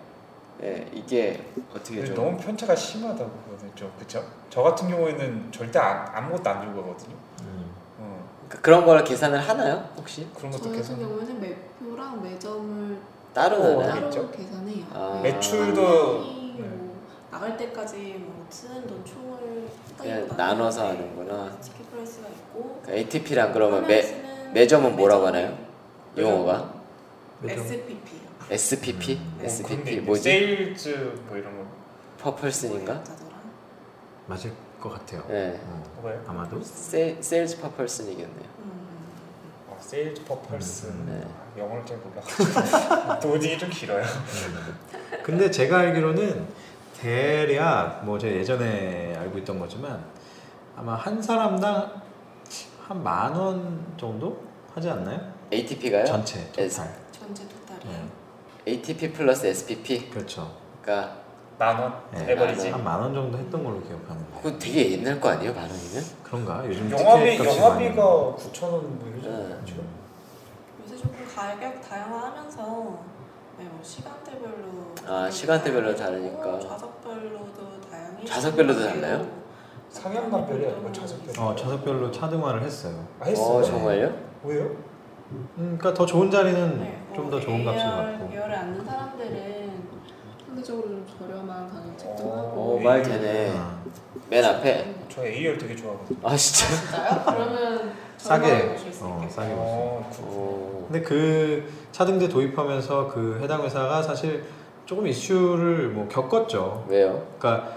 예, 이게 어떻게
근데
좀
네, 너무 편차가 심하다고 그러죠, 그렇죠? 저 같은 경우에는 절대 아, 아무것도 안 들고 가거든요.
음.
어,
그러니까 그런 거를 계산을 하나요 혹시
그런
저
것도
같은
계산.
경우에는 매표랑 매점을
따로
어,
하나요?
따로
있죠.
계산해요.
아. 네.
네.
매출도-
사람이 뭐 나갈 때까지 뭐 쓰는 돈 총을
그냥 네,
따로 네,
나눠서
나누는데
하는구나.
티켓 프라이스가 있고
그러니까 ATP랑 그러면
화면에
매
쓰는
매점은 뭐라고
매점이
하나요? 용어가
SPP.
SPP
뭐
음.
SPP 뭐지?
어, 세일즈 뭐 이런 거
퍼플슨인가?
맞을 것 같아요.
네.
어,
뭐예요?
아마도.
세, 세일즈 퍼플슨이겠네요.
음.
아, 세일즈 퍼펄스.
음,
아, 영어를 잘 몰라. 도딩이 좀 길어요.
음. 근데 제가 알기로는 대략 뭐 제가 예전에 알고 있던 거지만 아마 한 사람당 한 만 원 정도 하지 않나요?
ATP가요?
전체 토탈.
S.
전체 토탈이
네,
ATP 플러스 SPP.
그렇죠.
그러니까
만 원,
네,
에버리지.
한 만 원 정도 했던 걸로 기억하는데.
그거 되게 옛날 거 아니에요? 만 원이면?
그런가? 요즘
영화비
티켓 값이
영화비가
많이-
9천 원뭐
네.
요즘 지금
요새 조금 가격 다양화하면서 네, 뭐 시간대별로
아, 시간대별로
다양해지고
다르니까.
좌석별로도 다양해
좌석별로도 달라요?
상향관별이 아니고 좌석별.
어 좌석별로 차등화를 했어요.
아,
어
했어요.
정말요?
왜요?
음, 그러니까 더 좋은 자리는 좀 더 좋은 값을 받고.
예열을 네, 뭐 앉는 사람들은 상대적으로 좀 저렴한 가격 책정하고
어 네. 말 되네.
아,
맨 앞에.
저 AR 되게 좋아하거든요.
아 진짜.
진짜요? 그러면 저렴하게
싸게.
보실 수
어
있겠다
싸게 볼수 있고.
어, 구-
오.
근데 그 차등제 도입하면서 그 해당 회사가 사실 조금 이슈를 뭐 겪었죠.
왜요?
그러니까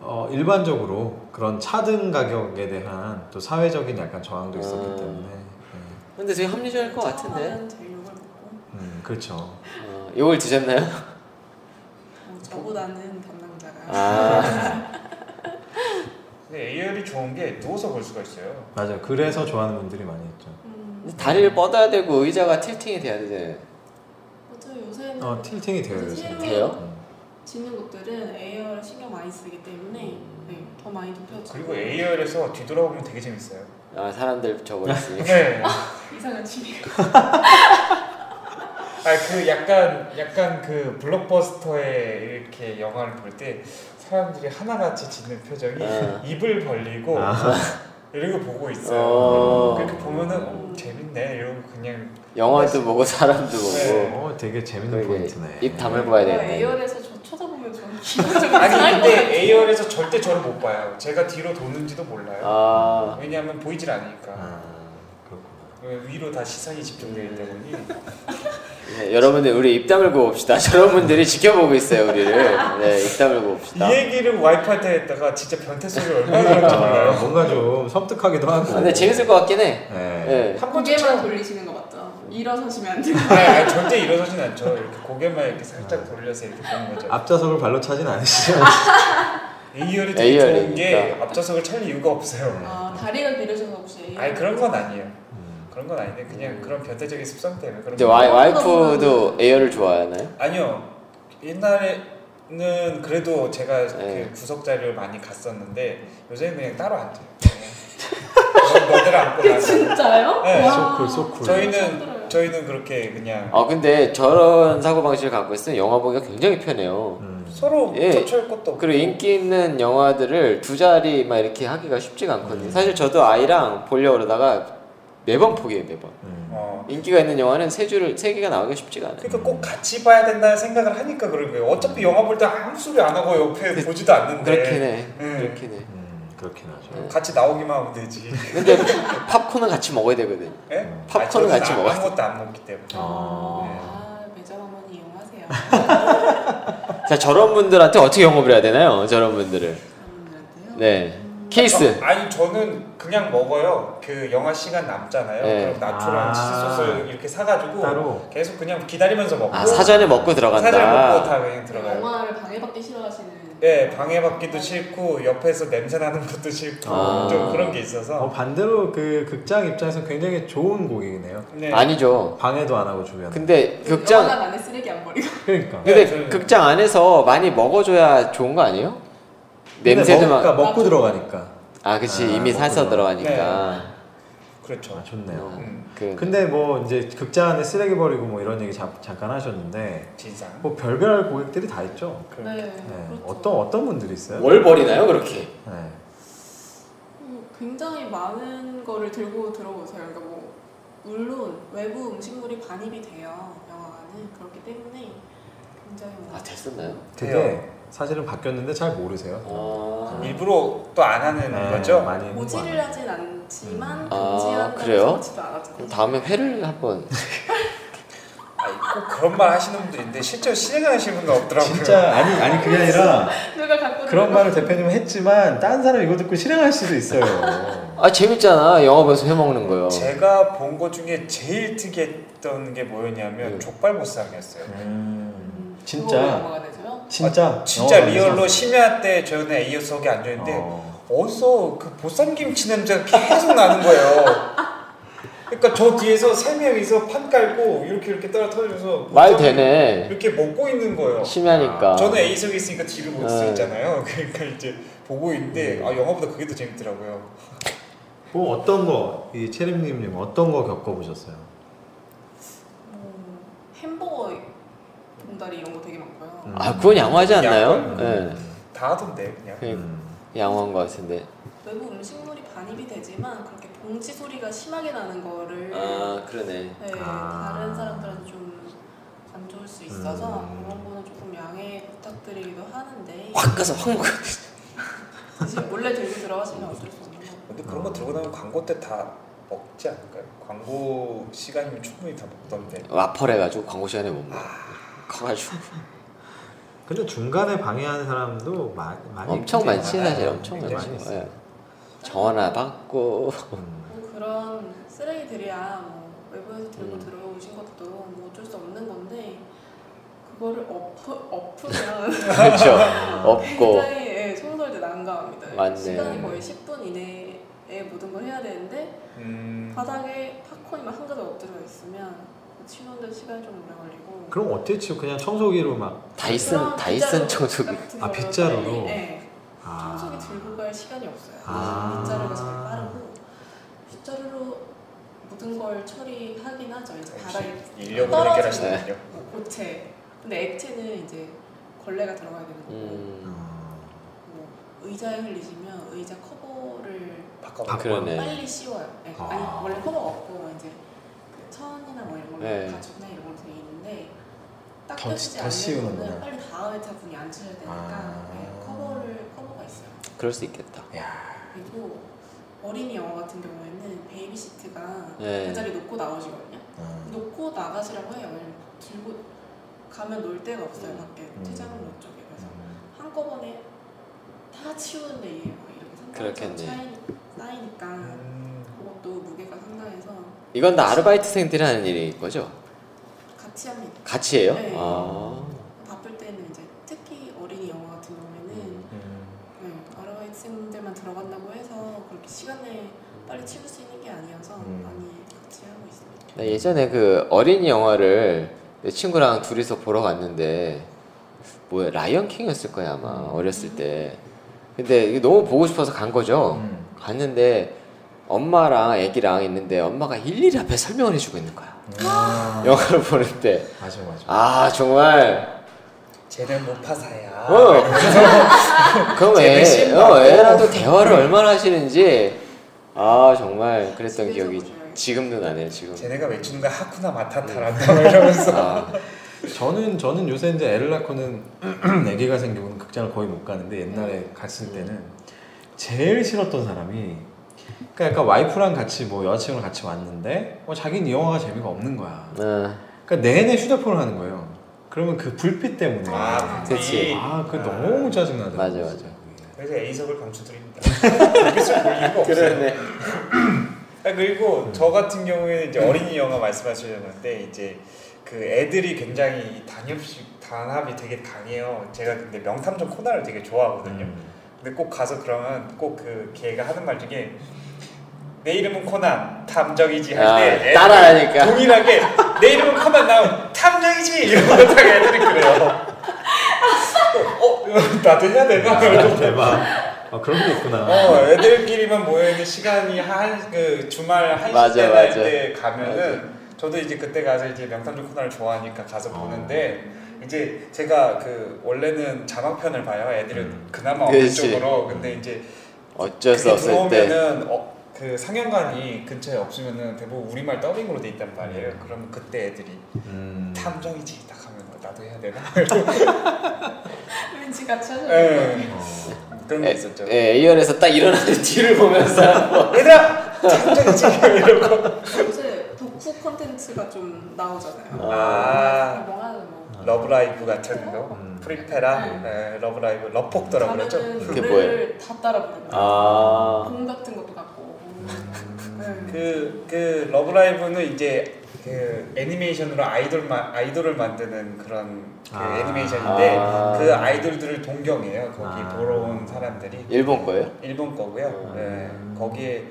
어, 일반적으로 그런 차등 가격에 대한 또 사회적인 약간 저항도 있었기
음.
때문에 네.
근데 되게 합리적일 것 같은데.
처음에는 제일 욕을 먹고
음, 그렇죠.
어, 이걸 드셨나요?
어, 저보다는 담당자가
아.
근데 AR이 좋은 게 누워서 볼 수가 있어요.
맞아요. 그래서 좋아하는 분들이 많이 있죠.
음,
근데 다리를 뻗어야 되고 의자가 tilting이 돼야 되잖아요.
맞아요 요새는 그
어, 틸팅이 돼요 요새.
돼요?
음.
짓는 곳들은 AR 신경 많이 쓰기 때문에 네, 더 많이 눕혀지고
음. 그리고 AR에서 뒤돌아보면 되게 재밌어요.
아 사람들 저거 있으니까.
네.
이상한 취미
아 그 약간 약간 그 블록버스터의 이렇게 영화를 볼 때 사람들이 하나같이 짓는 표정이
아.
입을 벌리고
아,
이러고 보고 있어요.
어.
그렇게 보면은 어, 재밌네 이러고 그냥
영화도 보고 사람도 보고.
네.
어, 되게 재밌는
그러게
포인트네.
입 담을 봐야 되는데.
아, AR에서 저 쳐다보면 저는 기분 좀
아니
이상할 것
근데
같아요
AR에서 절대 저를 못 봐요. 제가 뒤로 도는지도 몰라요.
아.
왜냐하면 보이질 않으니까
아, 그렇구나.
위로 다 시선이 집중되어 있다 보니
네, 여러분들 우리 입 다물고 봅시다. 저런 분들이 지켜보고 있어요 우리를. 네, 입 다물고 봅시다.
이 얘기를 와이프한테 했다가 진짜 변태 소리 얼마나 들었는지 몰라요.
아, 뭔가 좀 섬뜩하기도 하고.
아, 근데 재밌을 것 같긴 해.
네.
예.
한 번쯤
고개만
참-
돌리시는 거 맞죠?
일어서시면 안 돼요.
아니, 아니, 절대 일어서진 않죠. 이렇게 고개만 이렇게 살짝 돌려서 이렇게 보는 거죠.
아,
앞좌석을 발로 차진 않으시죠?
A열이 되게 좋은 게
A열이니까.
앞좌석을 찰 이유가 없어요.
아, 다리가 길으셔서 혹시
아니 그런 건 아니에요.
음.
그런 건 아닌데 그냥 그런 변태적인 습성 때문에 그런
이제
거.
와이, 와이프도 에어를 좋아하나요?
아니요. 옛날에는 그래도 제가
네.
그 구석 자리를 많이 갔었는데 요새는 그냥 따로 앉아요. 그냥 너들 안고 나서.
진짜요?
네,
소쿨 소쿨.
저희는 저희는 그렇게 그냥
아 근데 저런 사고 방식을 갖고 있으면 영화 보기가 굉장히 편해요.
음.
서로
예.
접촉할 것도 없고.
그리고 인기 있는 영화들을 두 자리 막 이렇게 하기가 쉽지가
음.
않거든요. 사실 저도 아이랑 보려고 그러다가 매번 포기해요 매번.
음.
어.
인기가 있는 영화는 세 줄을 세 개가 나오기가 쉽지가 않아요.
그러니까 꼭 같이 봐야 된다는 생각을 하니까 그런 거예요. 어차피 영화 볼 때 아무 소리 안 하고 옆에 보지도
그,
않는데.
그렇긴 해.
네.
그렇긴 해.
음, 그렇긴 하죠.
네.
같이 나오기만 하면 되지.
근데 팝콘은 같이 먹어야 되거든요.
예?
팝콘을
아니, 저는
같이
아-
먹었어.
아무것도 안 먹기 때문에.
아, 매점 어머니 이용하세요.
자 저런 분들한테 어떻게 영업을 해야 되나요? 저런 분들을.
사람들한테요.
네. 케이스.
저- 아니 저는 그냥 먹어요. 그 영화 시간 남잖아요.
네.
그럼 나초랑
아.
치즈 소스 이렇게 사가지고
따로?
계속 그냥 기다리면서 먹고
아 사전에 먹고
사전에 먹고
들어간다.
다 그냥 들어가요.
영화를 방해받기 싫어하시는
예,
네.
방해받기도 싫고 옆에서 냄새 나는 것도 싫고
아.
좀 그런 게 있어서.
어, 반대로 그 극장 입장에서 굉장히 좋은 곡이네요.
네.
아니죠.
방해도 안 하고 주변.
근데
영화관
극장
안에 쓰레기 안 버리고
그러니까.
근데
네, 저는-
극장 안에서 많이 먹어줘야 좋은 거 아니에요?
근데
냄새도
먹,
막.
그러니까 먹고 들어가니까.
아 그치
아,
이미 살서
먹고
들어가니까.
아,
그렇죠.
좋네요.
음,
그
근데 뭐 이제 극장 안에 쓰레기 버리고 뭐 이런 얘기 잠- 잠깐 하셨는데
진상.
뭐 별별 고객들이 다 있죠.
그러니까.
네,
네.
그렇죠.
어떤 어떤 분들이 있어요?
뭘 버리나요 그렇게?
네.
음, 굉장히 많은 거를 들고 들어오세요. 그러니까 뭐 물론 외부 음식물이 반입이 돼요 영화관은 그렇기 때문에 굉장히
아
뭐
됐었나요?
그게
돼요.
사실은 바뀌었는데 잘 모르세요.
어...
아. 일부러 또 안 하는
네,
거죠.
많이 있는 거
모질을
아니에요?
하진 않지만
아,
금지한다는
그래요?
정치도 않았죠.
그럼 다음에 회를 한번.
아니, 꼭 그런 말 하시는 분도 있는데 실제로 실행하시는 분은 없더라고요.
진짜 아니 아니 그게 아니라
누가 갖고
그런
들어가-
뭐
말을 대표님은 했지만 딴 사람 이거 듣고 실행할 수도 있어요.
아 재밌잖아 영화 보면서 회 먹는 거요.
제가 본 거 중에 제일 특이했던 게 뭐였냐면
네.
음.
족발보쌈이었어요. 아,
음,
그거
진짜
영화관에 줘요?
진짜
진짜
어,
리얼로
진짜.
심야 때 저는 에이어석에 앉아 있는데
어.
어디서 그 보쌈 김치 냄새가 계속 나는 거예요. 그러니까 저 뒤에서 세 명이서 판 깔고 이렇게 이렇게 따라 터져서
말 되네.
이렇게 먹고 있는 거예요.
심야니까.
아, 저는 에이석에 있으니까 뒤를 볼 수
네.
있잖아요. 그러니까 이제 보고 있는데 아 영화보다 그게 더 재밌더라고요.
뭐 어떤 거이 체림님님 어떤 거 겪어보셨어요?
뭐 햄버거 봉다리 이런 거 되게 많고요.
음.
아 그건 양호하지 않나요?
양호?
예.
다 하던데 그냥.
그
음.
양호한 것 같은데.
외부 음식물이 반입이 되지만 그렇게 봉지 소리가 심하게 나는 거를
아 그러네.
네,
아.
다른 사람들한테 좀 안 좋을 수 있어서
음.
그런 거는 조금 양해 부탁드리기도 하는데
확 가서 확 먹어.
사실 몰래 들고 들어가시면 어쩔 수 없는 거
근데 그런 거 들고 나면 광고 때 다 먹지 않을까요? 광고 시간이면 충분히 다 먹던데.
와퍼래가지고 광고 시간에 못 먹어. 커가지고
근데 중간에 방해하는 사람도 마, 많이
엄청
있긴
많지
많아요. 네,
사실 엄청
굉장히
많지.
있어요.
예. 전화 받고
음.
뭐 그런 쓰레기들이야 뭐 외부에서 들고
음.
들어오신 것도 뭐 어쩔 수 없는 건데 그거를 엎으, 엎으면
그렇죠. 없고
굉장히 예, 송설대 난감합니다
맞네.
시간이 거의 10분 이내에 모든 걸 해야 되는데
음.
바닥에 팝콘이 막한 가득 엎드려 있으면 치우는데 시간이 좀 오래 걸리고
그럼 어떻게 치고 그냥 청소기로 막
다이슨 다이슨 청소기.
아, 빗자루로?
네.
아.
청소기 들고 갈 시간이 없어요.
아.
빗자루가 제일 빠르고 빗자루로 모든 걸 처리하긴 하죠. 이제 바닥에
인력으로 해결하시는군요.
뭐 고체. 근데 액체는 이제 걸레가 들어가야 되는 거고
음
음.
뭐 의자에 흘리시면 의자 커버를
바꿔.
바-
아, 그러네.
빨리 씌워요. 네.
아.
아니 원래 커버가 없고 이제 그 천이나 뭐 이런 걸로
네.
가죽이나 이런 걸로 되어 있는데 딱
더 치-
껴지지
더
않는
씌우는구나.
거는 빨리 다음 회차 분이 앉으셔야 되니까
아.
네, 커버를 커버가 있어요.
그럴 수 있겠다.
그리고 어린이 영화 같은 경우에는 베이비 시트가
네.
배자리 놓고 나오시거든요.
음.
놓고 나가시라고 해요. 왜냐면 들고 가면 놀 데가 없어요. 밖에
음.
퇴장은 못 쪽에 그래서 한꺼번에 다 치우는데 이게 막 이렇게 상당히
그렇겠네.
쌓이니까
음.
그것도 무게가 상당해서
이건 다 아르바이트생들이 하는 일인 거죠?
같이 합니다.
같이 해요?
네.
아.
바쁠 때는 이제 특히 어린이 영어 같은 경우에는
음,
네, 아르바이트생들만 들어간다고 해서 그렇게 시간을 빨리 치울 수 있는 게 아니어서
음.
많이 같이 하고 있습니다.
나 예전에 그 어린이 영화를 내 친구랑 둘이서 보러 갔는데 뭐야 라이언 킹이었을 거야
음.
아마 어렸을 때 근데 이게 너무 보고 싶어서 간 거죠
음.
갔는데 엄마랑 애기랑 있는데 엄마가 일일이 앞에 설명을 해주고 있는 거야
아,
영화를 보는데
맞아 맞아.
아 정말
쟤는 모파사야.
어 그럼 애,
재밌지?
어, 애라도 대화를 얼마나 하시는지 아 정말 그랬던
집에서
기억이
보셔야겠다.
지금도 나네요 지금
쟤네가 외치는 거 하쿠나 마타타란다 막 이러면서.
아,
저는 저는 요새 이제 애를 낳고는 아기가 생기고는 극장을 거의 못 가는데
네.
옛날에 갔을 때는 제일 싫었던 사람이 그러니까 약간 와이프랑 같이 뭐 여자친구랑 같이 왔는데 어, 자기는 이 영화가 재미가 없는 거야.
아,
그러니까 내내 휴대폰을 하는 거예요. 그러면 그 불빛 때문에
아, 음.
그치.
아, 그거 너무 짜증나더라고.
맞아, 맞아.
그래서 A석을 강추드립니다. 그래서 볼 이유가 없어요. 아, 그리고 저 같은 경우에는 이제 어린이 영화 말씀하셨는데 이제 그 애들이 굉장히 이 단협식 단합이 되게 강해요. 제가 근데 명탐정 코난을 되게 좋아하거든요.
음.
근데 꼭 가서 그러면 꼭 그 걔가 하는 말 중에 내 이름은 코난 탐정이지
아,
할때
따라하니까.
동일하게 내 이름은 코난 나 탐정이지 이러고 딱 애들이 그래요. 어, 어, 나도 해야
아,
되나?
대박. 아, 그런 게 있구나.
어 애들끼리만 모여있는 시간이 한 그 주말
맞아,
한시 때나
맞아.
이때 가면은 저도 이제 그때 가서 이제 명탐정 코너를 좋아하니까 가서
어.
보는데 이제 제가 그 원래는 자막편을 봐요 애들은
음.
그나마 어느
그치.
쪽으로 근데 이제
음. 어쩔 수
그게
없을 때
들어오면은 어, 그 상영관이 근처에 없으면은 대부분 우리말 더빙으로 돼 있단 말이에요
음.
그러면 그때 애들이
음.
탐정이지 딱 하면 어, 나도 해야 되나?
왠지 같이 하셔야 될것 같아요.
예,
어.
그런 게 있었죠 어,
예, A열에서 딱 일어나는 뒤를 보면서 한번
얘들아! 탐정이지! 이러고
어.
요새 덕후 콘텐츠가 좀 나오잖아요.
아.
멍하는 뭐.
러브라이브 같은 거
음.
프리페라
음.
네, 러브라이브 러폭도라고 그랬죠
가면은
그게
노래를 다 따라 부르는
아
공 같은 것도 갖고.
음.
네.
그, 그 러브라이브는 이제 그 애니메이션으로 아이돌 마, 아이돌을 만드는 그런 그
아.
애니메이션인데
아.
그 아이돌들을 동경해요 거기
아.
보러 온 사람들이
일본 거예요?
일본 거고요
아.
네, 거기에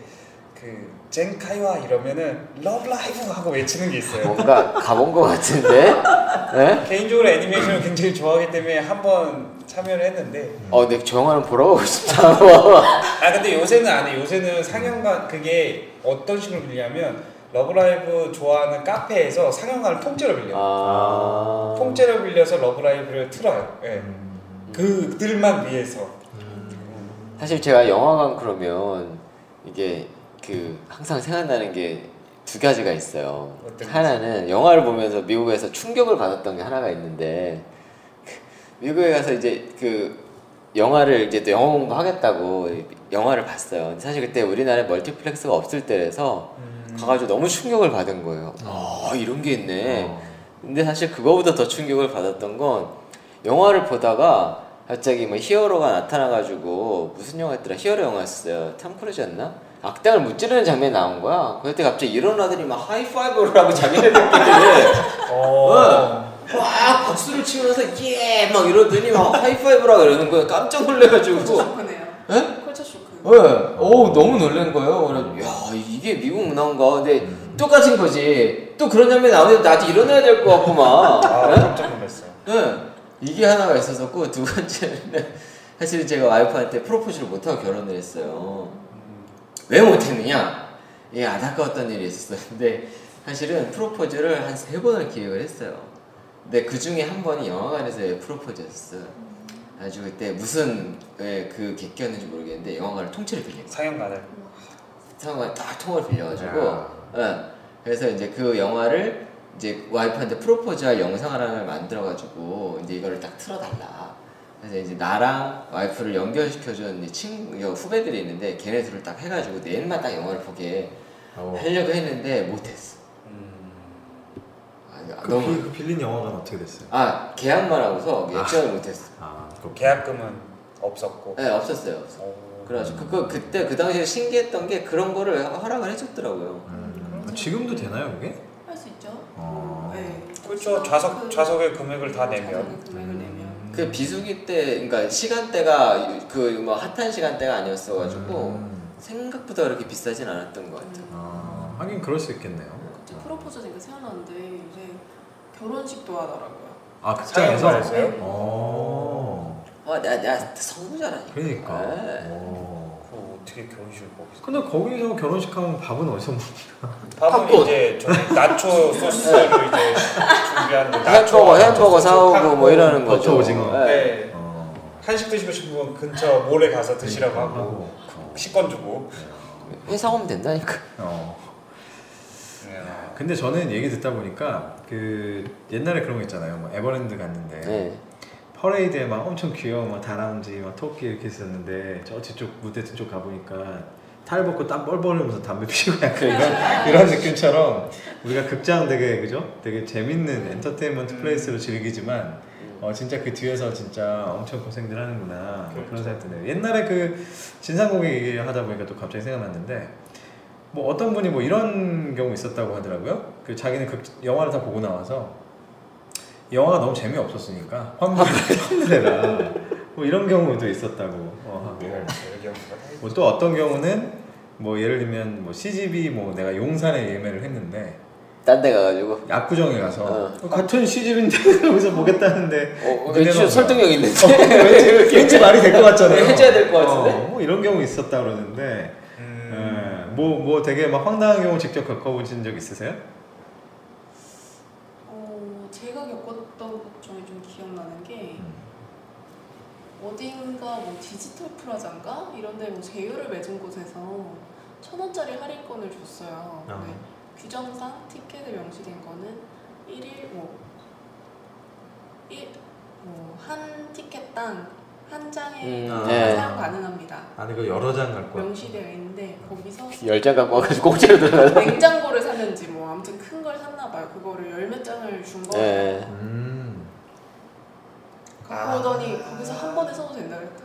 그 젠카이와 이러면은 러브라이브 하고 외치는 게 있어요
뭔가 가본 거 같은데? 네?
개인적으로 애니메이션을 굉장히 좋아하기 때문에 한번 참여를 했는데
어, 근데 저 영화는 보러 가고 싶다.
아 근데 요새는 안 해. 요새는 상영관 그게 어떤 식으로 빌리냐면 러브라이브 좋아하는 카페에서 상영관을 통째로 빌려. 요
아,
통째로 빌려서 러브라이브를 틀어요. 예. 그들만 위해서.
사실 제가 영화관 그러면 이게 그 항상 생각나는 게 두 가지가 있어요.
어떤 거죠?
하나는 영화를 보면서 미국에서 충격을 받았던 게 하나가 있는데 미국에 가서 이제 그 영화를 이제 또 영어 공부하겠다고 영화를 봤어요. 근데 사실 그때 우리나라에 멀티플렉스가 없을 때라서 가가지고 너무 충격을 받은 거예요.
어.
아 이런 게 있네. 근데 사실 그거보다 더 충격을 받았던 건 영화를 보다가 갑자기 뭐 히어로가 나타나가지고 무슨 영화였더라 히어로 영화였어요 탐 크루즈였나 악당을 무찌르는 장면이 나온 거야 그때 갑자기 일어나더니 막 하이파이브를 하고 자기네들끼리
어.
막 박수를 치면서 예 막 이러더니 막 하이파이브라고 이러는 거야 깜짝 놀래가지고
컬처 쇼크네요.
에?
컬처 쇼크.
예, 오 너무 놀라는 거예요. 그래, 야 이게 미국 문화인가? 근데 똑같은 거지. 또 그런 장면 나오면 나도 일어나야 될 것 같구만.
아
예?
깜짝 놀랐어요.
네. 이게 하나가 있었었고 두 번째는 사실 제가 와이프한테 프로포즈를 못하고 결혼을 했어요. 왜 못했느냐? 예, 안타까웠던 일이 있었는데 사실은 프로포즈를 한 세 번을 기획을 했어요. 근데 그 중에 한 번이 영화관에서의 프로포즈였어요. 아주 그때 무슨 예, 그 객기였는지 모르겠는데 영화관을 통째로 빌렸어요.
상영관을.
상관 다 통을 빌려가지고
아.
예. 그래서 이제 그 영화를 이제 와이프한테 프로포즈할 영상을 하나 만들어가지고 이제 이거를 딱 틀어달라 그래서 이제 나랑 와이프를 연결시켜준 이 친구 여- 후배들이 있는데 걔네 둘을 딱 해가지고 내일만 딱 영화를 보게
어.
하려고 했는데 못했어 음. 아,
그,
너무
빌- 그 빌린 영화관 어떻게 됐어요?
아 계약만 하고서 액션을 못했어
아, 그
계약금은 없었고.
네 없었어요 없었어요.
어.
그래가지고 그거 그때 그 당시에 신기했던 게 그런 거를 허락을 해줬더라고요
음. 아, 지금도 되나요, 그게?
할수 있죠.
어.
네.
그렇죠. 좌석 좌석의 금액을 다
음.
내면
좌석의 금액을 내면.
그 비수기 때, 그러니까 시간대가 그 뭐 핫한 시간대가 아니었어가지고
음.
생각보다 그렇게 비싸진 않았던 것 같아요.
아, 하긴 그럴 수 있겠네요.
그때 어. 프로포즈 되게 생각났는데 요새 결혼식도 하더라고요.
아,
사연을
극장에서?
보내세요?
어.
와, 나, 나 성부자라니까.
그러니까.
네.
어.
그거 어떻게 결혼식을 거기서?
근데 거기서 결혼식 하면 밥은 어디서 먹
밥은
팝콘. 네.
이제 저기 나초 소스로 이제 준비하는데
햄버거, 햄버거
소스
사오고 뭐
팝콘.
이러는 거죠.
버터 오징어.
네.
네.
어.
한식 드시고 싶은 분 근처 몰에
네,
가서 드시라고 하고
어.
식권 주고.
회사 오면 된다니까.
어.
네.
근데 저는 얘기 듣다 보니까 그 옛날에 그런 거 있잖아요. 뭐 에버랜드 갔는데
네.
퍼레이드에 막 엄청 귀여운 막 다람쥐, 막 토끼 이렇게 있었는데 저 뒤쪽 무대 뒤쪽 가 보니까 탈 벗고 땀 뻘뻘 흘리면서 담배 피우고 약간 이런 이런 느낌처럼 우리가 극장 되게 그죠? 되게 재밌는 엔터테인먼트
음.
플레이스로 즐기지만
음.
어 진짜 그 뒤에서 진짜 엄청 고생들 하는구나 뭐 그런
그렇죠.
생각 드네요. 옛날에 그 진상고객 얘기하다 보니까 또 갑자기 생각났는데 뭐 어떤 분이 뭐 이런 경우 있었다고 하더라고요. 그 자기는 극, 영화를 다 보고 나와서 영화가 너무 재미 없었으니까 환불을
아,
환불해라. 뭐 이런 경우도 있었다고 어,
아,
하고. 뭐 또 어떤 경우는 뭐 예를 들면 뭐 CGV 뭐 내가 용산에 예매를 했는데
딴 데
어,
가가지고.
압구정에 가서 어, 같은 CGV인데 여기서 보겠다는데
어,
근데
진짜
막-
설득력 있는데.
어, 왠지, 왠지 말이 될 것 같잖아요.
해줘야 될것 같은데?
어, 뭐 이런 경우 있었다 그러는데,
음.
예, 뭐, 뭐 되게 막 황당한 경우 직접 겪어보신 적 있으세요?
어, 제가 겪었던 것 중에 좀 기억나는 게 어딘가 뭐 디지털 플라자인가 이런데 뭐 제휴를 맺은 곳에서 천 원짜리 할인권을 줬어요.
아.
근데 규정상 티켓에 명시된 거는 1일 뭐, 1, 뭐, 한 티켓당 한 장에
음,
아.
네.
사용 가능합니다.
아니, 그 여러 장 갈 거야.
명시되어 있는데 거기서
열장 갖고 와가지고 공짜로 들어가서.
냉장고를 샀는지 뭐 아무튼 큰 걸 샀나 봐요. 그거를 열 몇 장을 준 거.
네.
음.
갖고 오더니 거기서 한 번에 써도 된다 그랬다.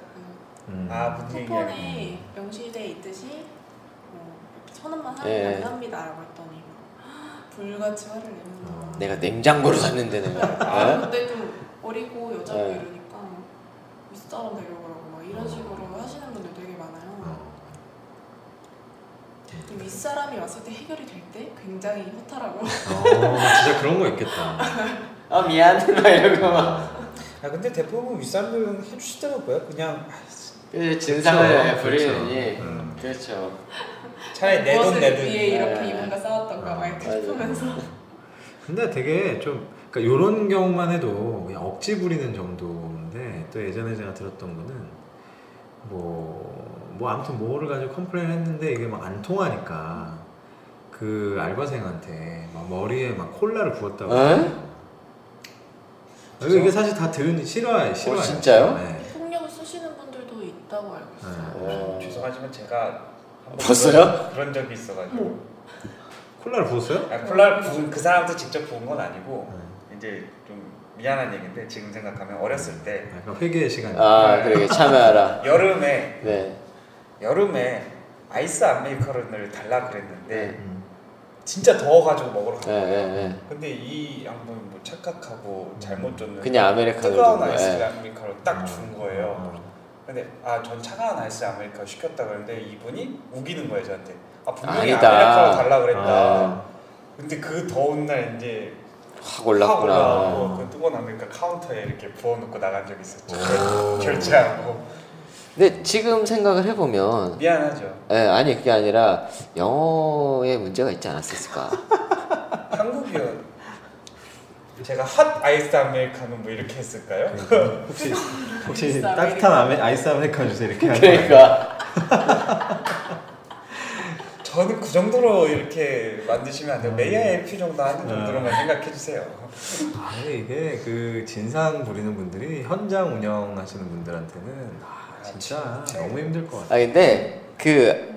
음.
아 분위기.
쿠폰에 명시돼 있듯이 뭐천 원만
예.
할인 가능합니다라고 했더니 막 불같이 화를
어.
내면서
내가 냉장고를 샀는데 내가.
아,
아. 네?
그때 좀 어리고 여자고
예.
이러니까 윗사람 데려오라고 막
아.
이런 식으로 하시는 분들 되게 많아요.
어.
또 윗사람이 왔을 때 해결이 될 때 굉장히 허탈하고
어, 진짜 그런 거 있겠다.
아 미안. 막 이러고 막.
아 근데 대부분 윗사람들은 해주시더라고요. 그냥
그래서 진상을
그렇죠.
부리느니.
음.
그렇죠.
차라리 내 돈
무엇을
내든.
네,
네.
위해 이렇게
예.
이분과 싸웠던가 막 이렇게
맞아요.
그렇죠.
싶으면서
근데 되게 좀, 그러니까 이런 경우만 해도 그냥 억지 부리는 정도인데 또 예전에 제가 들었던 거는 뭐, 뭐 아무튼 뭐를 가지고 컴플레인 했는데 이게 막 안 통하니까 그 알바생한테 막 머리에 막 콜라를 부었다고.
에?
그리고 이게 사실 다 들은 실화예요, 실화.
어, 진짜요?
네.
폭력을 쓰시는 분들도 있다고 알고 있어요.
네.
어.
죄송하지만 제가 한번
봤어요?
그런 적이 있어가지고.
콜라를 부었어요?
아, 콜라를 부은 그 사람한테 직접 부은 건 아니고 이제 좀 미안한 얘기인데 지금 생각하면 어렸을 때
약간 회개의 시간.
아 그러게 참여하라.
여름에
네.
여름에 아이스 아메리카노를 달라 그랬는데
네.
음.
진짜 더워가지고 먹으러
예,
갔어요.
예, 예.
근데 이 양분이 뭐 착각하고 잘못 줬는데
그냥 아메리카노
뜨거운
정도,
아이스
예.
아메리카노
음.
딱 준 거예요. 근데 아 전 차가운 아이스 아메리카노 시켰다 그랬는데 이분이 우기는 거예요 저한테. 아 분명히
아니다.
아메리카노 달라 그랬다.
아.
근데 그 더운 날 이제
예, 확
확
올랐구나.
올라오고 그 뜨거운 아메리카 카운터에 이렇게 부어놓고 나간 적 있었죠. 결제하고
근데 지금 생각을 해보면,
미안하죠.
예, 아니 그게 아니라 영어에 문제가 있지 않았을까.
한국이요. 제가 핫 아이스 아메리카노 뭐 이렇게 했을까요?
그러니까 혹시 혹시
아이스
따뜻한 아메, 아이스 아메리카노 주세요 이렇게 하는 거예요?
그러니까
저는 그 정도로 이렇게 만드시면
음.
안 돼요. 메이아 LP 정도 하는 정도로만 생각해 주세요.
아니 이게 그 진상 부리는 분들이 현장 운영하시는 분들한테는 아, 진짜
진짜.
너무 힘들 것 같아요.
아 근데 그,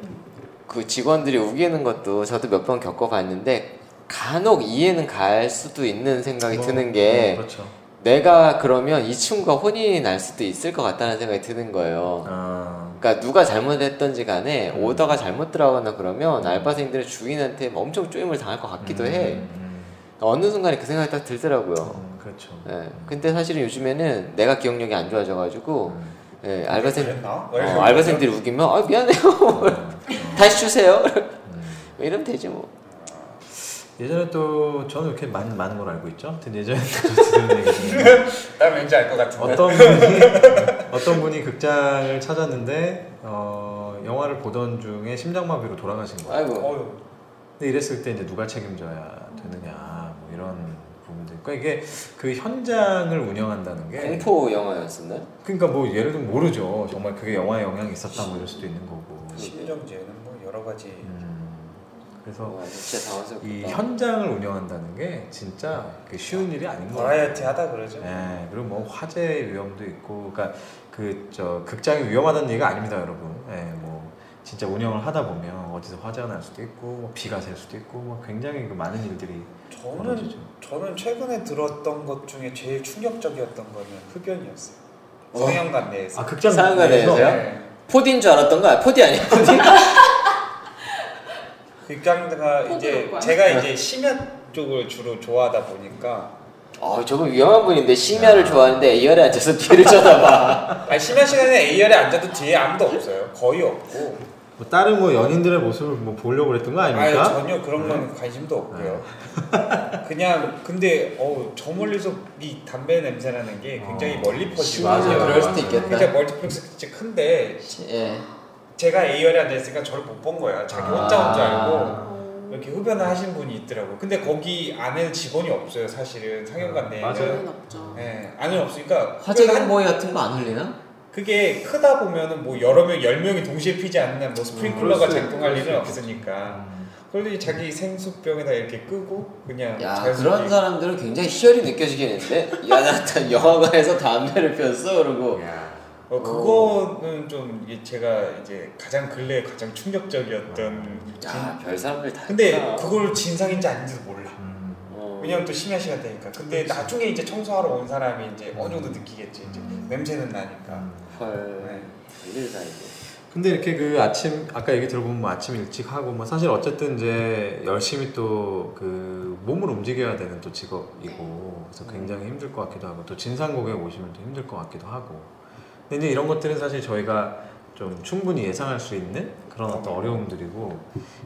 그 직원들이 우기는 것도 저도 몇 번 겪어봤는데 간혹 이해는 갈 수도 있는 생각이
뭐,
드는
음,
게
그렇죠.
내가 그러면 이 친구가 혼이 날 수도 있을 것 같다는 생각이 드는 거예요.
아,
그러니까 누가 잘못했던지 간에
음.
오더가 잘못 들어가거나 그러면 알바생들의 주인한테 엄청 쪼임을 당할 것 같기도 해.
음,
어느 순간에 그 생각이 딱 들더라고요.
음, 그렇죠.
예. 근데 사실은 요즘에는 내가 기억력이 안 좋아져가지고
음.
예, 알바생
네, 그랬나?
어, 알바생들이 우기면 아 미안해요 다시 주세요
음.
뭐 이러면 되지 뭐.
예전에 또 저는 이렇게 많은 많은 걸 알고 있죠. 근데 예전에 들은 얘기 중에
뭐-
난 왠지 알 것 같은데.
어떤 분이 어떤 분이 극장을 찾았는데 어, 영화를 보던 중에 심장마비로 돌아가신 거예요.
아이고
어휴.
근데 이랬을 때 이제 누가 책임져야 되느냐 뭐 이런 부분들. 그러니까 이게 그 현장을 운영한다는 게
공포 영화였었나요?
그러니까 뭐 예를 들면 모르죠. 정말 그게 영화에 영향이 있었다 뭐 이럴 수도 있는 거고.
심정지에는 뭐 여러 가지.
음, 그래서
와, 어, 진짜 당황스럽다.
이 현장을 운영한다는 게 진짜 그 쉬운 일이 아닌 거 같아요.
버라이어티하다 그러죠.
네.
예, 그리고 뭐 화재 위험도 있고, 그러니까 그 저 극장이 위험하다는 얘기가 아닙니다, 여러분. 예, 뭐 진짜 운영을 하다 보면 어디서 화재가 날 수도 있고, 뭐 비가 셀 수도 있고, 뭐 굉장히 그 많은 일들이
저는
벌어지죠.
저는 최근에 들었던 것 중에 제일 충격적이었던 거는 흡연이었어요.
어.
성형관 내에서. 네.
아 극장
상황에
내에서?
대해서요? 포디인 줄 알았던 거야? 포디 아니야? 포디?
극장가 이제
호불호 거야?
제가 이제 심야 쪽을 주로 좋아하다 보니까
아 저분 위험한 분인데 심야를 좋아하는데 AR에 앉아서 뒤를 쳐다봐.
아니 심야 시간에 A열에 앉아도 뒤에 아무도 없어요. 거의 없고.
뭐 다른 뭐 연인들의 모습을 뭐 보려고 그랬던 거
아니
아닙니까? 네. 아.
전혀 그런 건 관심도 없고요. 그냥 근데 어저 멀리서 이 담배 냄새 나는 게 굉장히
어.
멀리 퍼지고
맞아요. 네.
맞아, 그럴 수도
맞아요.
있겠다.
진짜 멀티플렉스 진짜 큰데
예.
제가 A열에 앉아있으니까 저를 못 본 거야. 자기 혼자 온 줄
아.
알고 이렇게 흡연을 하신 분이 있더라고. 근데 거기 안에 직원이 없어요. 사실은 상영관 내에는.
맞아요.
는 없죠.
예, 안에 없으니까
화재
흡연을 한-
경보에 같은 거 안 울리나?
그게 크다 보면은 뭐 여러 명, 열 명이 동시에 피지 않는 뭐 스프링클러가
음, 그럴 수 있-
작동할
그럴
일은
수
없으니까.
음.
그런데 자기 생수병에다 이렇게 끄고 그냥
야
자연스럽게-
그런 사람들은 굉장히 희열이 느껴지겠는데? 야나 영화관에서 담배를 피웠어 그러고
어, 그거는 좀 이게 제가 이제 가장 근래 에 가장 충격적이었던.
음, 야
진...
별 사람들 다
그 근데
있구나.
그걸 진상인지 아닌지도 몰라.
음.
어.
왜냐면 또 심야 시간 되니까. 근데 나중에 이제 청소하러 온 사람이 이제 어느 정도 느끼겠지. 이제
음.
냄새는 나니까.
음.
헐
네.
별일 다 있네
근데 이렇게 그 아침 아까 얘기 들어보면 뭐 아침 일찍 하고 뭐 사실 어쨌든 이제 열심히 또 그 몸을 움직여야 되는 또 직업이고 그래서 굉장히 힘들 것 같기도 하고 또 진상고객 오시면 또 힘들 것 같기도 하고 근데 이제 이런 것들은 사실 저희가 좀 충분히 예상할 수 있는 그런 어떤 어려움들이고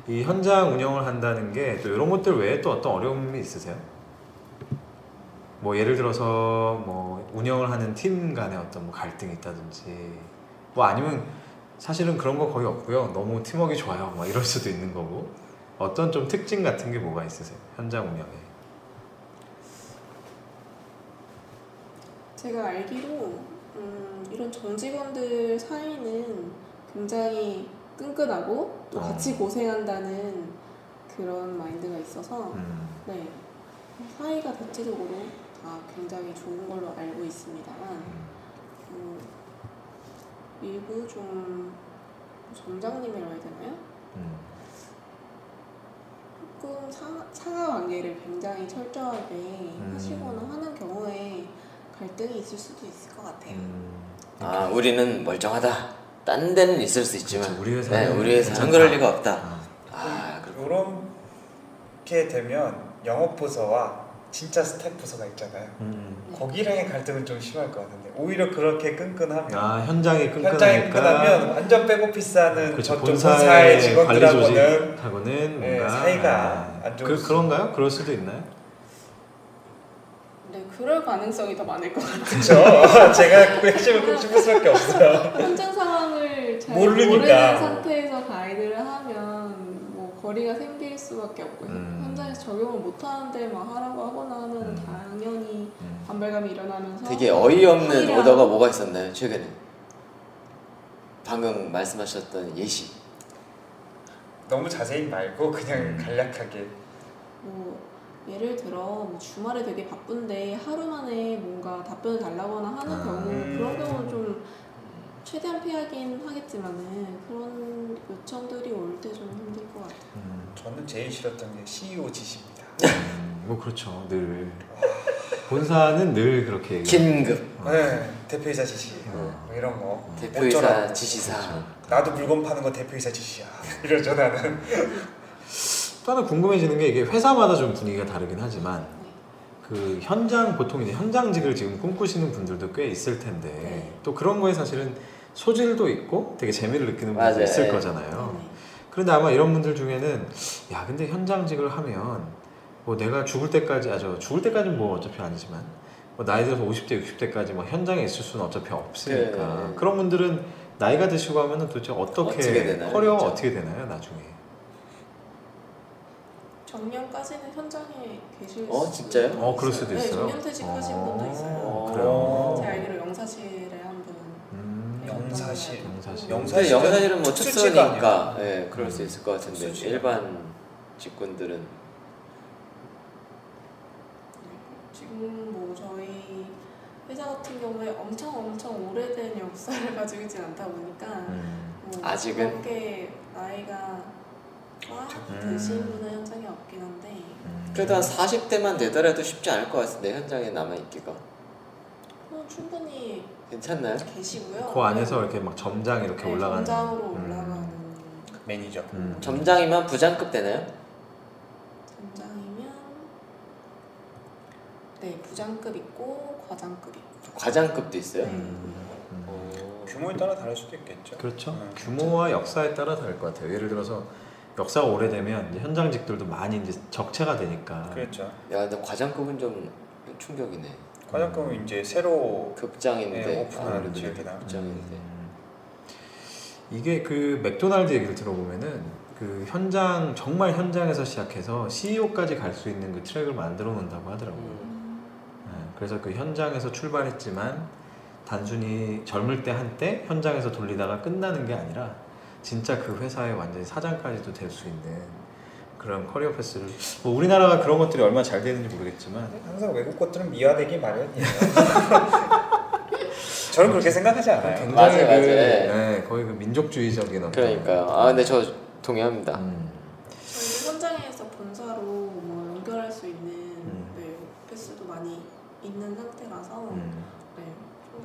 이 현장 운영을 한다는 게 또 이런 것들 외에 또 어떤 어려움이 있으세요? 뭐 예를 들어서 뭐 운영을 하는 팀 간에 어떤 뭐 갈등이 있다든지 뭐 아니면 사실은 그런 거 거의 없고요. 너무 팀워크가 좋아요. 막 이럴 수도 있는 거고. 어떤 좀 특징 같은 게 뭐가 있으세요? 현장 운영에.
제가 알기로 음, 이런 정직원들 사이는 굉장히 끈끈하고 또
어.
같이 고생한다는 그런 마인드가 있어서
음.
네 사이가 대체적으로 다 굉장히 좋은 걸로 알고 있습니다만
음.
음, 일부 좀 점장님이라고 해야 되나요?
음.
조금 상, 상하 관계를 굉장히 철저하게 하시거나 하는 경우에 갈등이 있을 수도 있을 것 같아요.
음.
아 우리는 멀쩡하다 딴 데는 있을 수 있지만
그렇죠. 우리
네,
회사는
우리 회사는
괜찮다.
그럴 리가
네.
없다
아.
아 그렇
이렇게 되면 영업 부서와 진짜 스텝 부서가 있잖아요.
음.
거기랑의 갈등은 좀 심할 것 같은데 오히려 그렇게 끈끈하면
아 현장이
현장이 끈끈하면
끈끈하니까
완전 백오피스하는
그러니까. 그렇죠.
저쪽 본사의
관리
직원들하고는
조직하고는
네,
뭔가
사이가 안 좋을
그,
수
그런가요? 그럴 수도 있나요?
네, 그럴 가능성이 더 많을 것 같아요.
그쵸 제가 그 핵심을 꼭 짚을 수밖에 없어요
현장 상황을 잘
모르니까.
모르는 상태에서 가이드를 하면 뭐 거리가 생길 수밖에 없고
음.
현장에서 적용을 못 하는데 막 하라고 하거나 하면
음.
당연히
음.
반발감이 일어나면서
되게 어이없는
회의랑
오더가 뭐가 있었나요 최근에 방금 말씀하셨던 예시
너무 자세히 말고
음.
그냥 간략하게
뭐 예를 들어 뭐 주말에 되게 바쁜데 하루 만에 뭔가 답변을 달라거나 하는
아.
경우
음.
그런 경우는 좀 최대한 피하긴 하겠지만은 그런 요청들이 올 때 좀 힘들 것 같아요.
음.
저는 제일 싫었던 게 CEO 짓입니다
음, 뭐 그렇죠 늘 본사는 늘 그렇게
예.
얘기해요.
긴급
네, 대표이사 지시
음.
뭐 이런 거.
대표이사
어쩌라고.
지시사항.
나도 물건 파는 거 대표이사 지시야. 이러죠 나는.
또 하나 궁금해지는 게 이게 회사마다 좀 분위기가 다르긴 하지만
네.
그 현장 보통 이제 현장직을 지금 꿈꾸시는 분들도 꽤 있을 텐데
네.
또 그런 거에 사실은 소질도 있고 되게 재미를 느끼는 분도
맞아요.
있을
예.
거잖아요.
네.
그런데 아마 이런 분들 중에는 야 근데 현장직을 하면 뭐 내가 죽을 때까지 아저 죽을 때까지는 뭐 어차피 아니지만 뭐 나이 들어서 50대 60대까지 뭐 현장에 있을 수는 어차피 없으니까
네.
그런 분들은 나이가 드시고 하면은 도대체 어떻게,
어떻게 되나요?
커리어가
그렇죠.
어떻게 되나요 나중에
정년까지는 현장에
계실
어,
수도
진짜요?
있고.
어 그럴 수도
네,
있어요.
정년 퇴직하신
어,
분도 있어요.
그래요.
제가 알기로 영사실에 한분 네. 어,
음,
영사실.
영사실.
근데
영사실.
영사실은 뭐
그러니까 특수직이
특수니까 예, 그럴 수
음.
있을 것 같은데
특수직.
일반 직군들은
지금 뭐 저희 회사 같은 경우에 엄청 엄청 오래된 역사를 가지고 있진 않다 보니까
음.
뭐
아직은?
그렇게 나이가 꽉 드신 분은 현장에 없긴 한데
음.
그래도 한 40대만 되더라도 쉽지 않을 것 같은데 현장에 남아 있기가
뭐 충분히
괜찮나요?
계시고요.
그 안에서 이렇게 막 점장 이렇게
네,
올라가는.
전장으로
음.
올라가는
매니저.
음.
점장이면 부장급 되나요?
전장이면 네 부장급 있고 과장급 있고
과장급도 있어요?
음. 음.
오.
규모에 따라 다를 수도 있겠죠.
그렇죠.
음.
규모와 역사에 따라 다를 것 같아요. 예를 들어서 역사가 오래되면 이제 현장직들도 많이 이제 적체가 되니까.
그렇죠.
야, 근데 과장급은 좀 충격이네.
과장금은 이제 새로
급장인데.
네, 오픈하는
아,
지역이다.
급장인데.
음. 이게 그 맥도날드 얘기를 들어보면은 그 현장 정말 현장에서 시작해서 CEO까지 갈 수 있는 그 트랙을 만들어 놓는다고 하더라고요.
음.
예, 그래서 그 현장에서 출발했지만 단순히 젊을 때 한때 현장에서 돌리다가 끝나는 게 아니라 진짜 그 회사의 완전히 사장까지도 될 수 있는 그런 커리어 패스를 뭐 우리나라가 그런 것들이 얼마나 잘 되는지 모르겠지만
항상 외국 것들은 미화되기 마련이에요. 저는 그렇게 생각하지 않아요.
굉장히
맞아요,
그,
맞아요.
예, 거의 그 민족주의적인 어떤
그러니까요. 아, 근데 저 동의합니다.
음,
저희 현장에서 본사로 뭐 연결할 수 있는
음.
네, 패스도 많이 있는 상태라서
음.
네.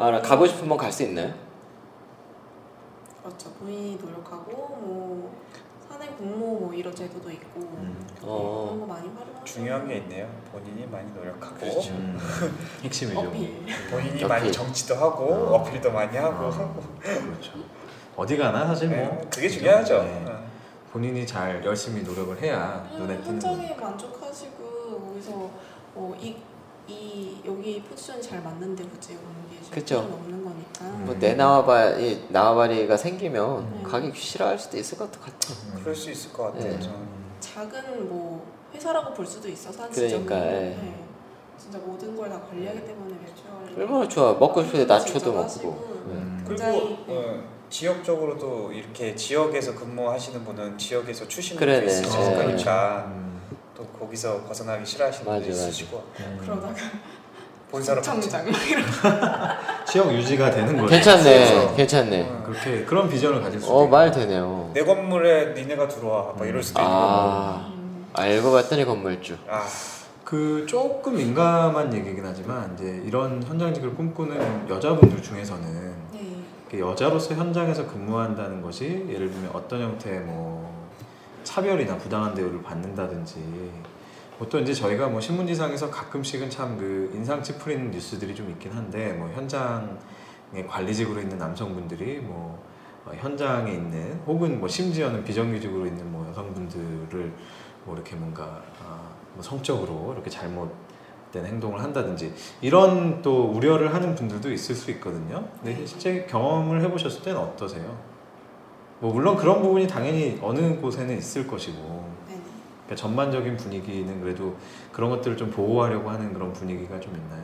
아, 나 가고 싶으면 갈 수 있나요?
그렇죠 본인이 노력하고 뭐 사내 공모 뭐 이런 제도도 있고
음.
네,
어.
그런 거 많이 활용하고
중요한 게 있네요. 본인이 많이 노력하고
그렇죠.
음, 핵심이죠. 뭐.
어필
본인이
어필.
많이 정치도 하고
어.
어필도 많이 하고
아, 그렇죠. 어디 가나 사실 뭐
네, 그게 중요하죠.
네.
네.
본인이 잘 열심히 노력을
아,
해야 눈에 띄는 거니까.
그냥 음, 현장에 만족하시고 거기서 어, 이, 이 여기 포지션이 잘 맞는데 굳이 오는 게
그쵸.
필요는 없는 거니까
음.
뭐 내 나와봐 이 나와바리가 생기면
음.
가기 싫어할 수도 있을 것 같아.
음.
그럴 수 있을 것 같아요.
네.
저는.
음. 작은 뭐 회사라고 볼 수도 있어서 한
그러니까,
지점은
예.
네. 진짜 모든 걸 다 관리하기 때문에 매출
얼마나 좋아. 먹고 싶을 때 낮춰도
진짜
먹고.
하시고.
음.
그리고
굉장히, 네.
어, 지역적으로도 이렇게 지역에서 근무하시는 분은 지역에서 출신도
그래, 네. 그렇죠.
있으시니까
어,
아,
그러니까 또 거기서 벗어나기 싫어하시는
맞아,
분도 있으시고
음.
그러다가
본사로
청장
지역 유지가 되는 거죠.
괜찮네.
음.
그래서-
괜찮네.
어,
그렇게 그런 비전을 가질 수도
어,
있고.
말 되네요.
내 건물에 니네가 들어와 막 이럴 수도
음. 아,
음.
알고 봤더니 건물주.
있고 아,
그 조금 민감한 얘기긴 하지만 이제 이런 현장직을 꿈꾸는 여자분들 중에서는
네.
그 여자로서 현장에서 근무한다는 것이 예를 들면 어떤 형태의 뭐 차별이나 부당한 대우를 받는다든지 보통 이제 저희가 뭐 신문지상에서 가끔씩은 참 그 인상 찌푸리는 뉴스들이 좀 있긴 한데 뭐 현장의 관리직으로 있는 남성분들이 뭐 어, 현장에 있는 혹은 뭐 심지어는 비정규직으로 있는 뭐 여성분들을 뭐 이렇게 뭔가 아, 뭐 성적으로 이렇게 잘못된 행동을 한다든지 이런 또 우려를 하는 분들도 있을 수 있거든요. 근데 실제 경험을 해보셨을 때는 어떠세요? 뭐 물론 그런 부분이 당연히 어느 곳에는 있을 것이고
네.
그러니까 전반적인 분위기는 그래도 그런 것들을 좀 보호하려고 하는 그런 분위기가 좀 있나요?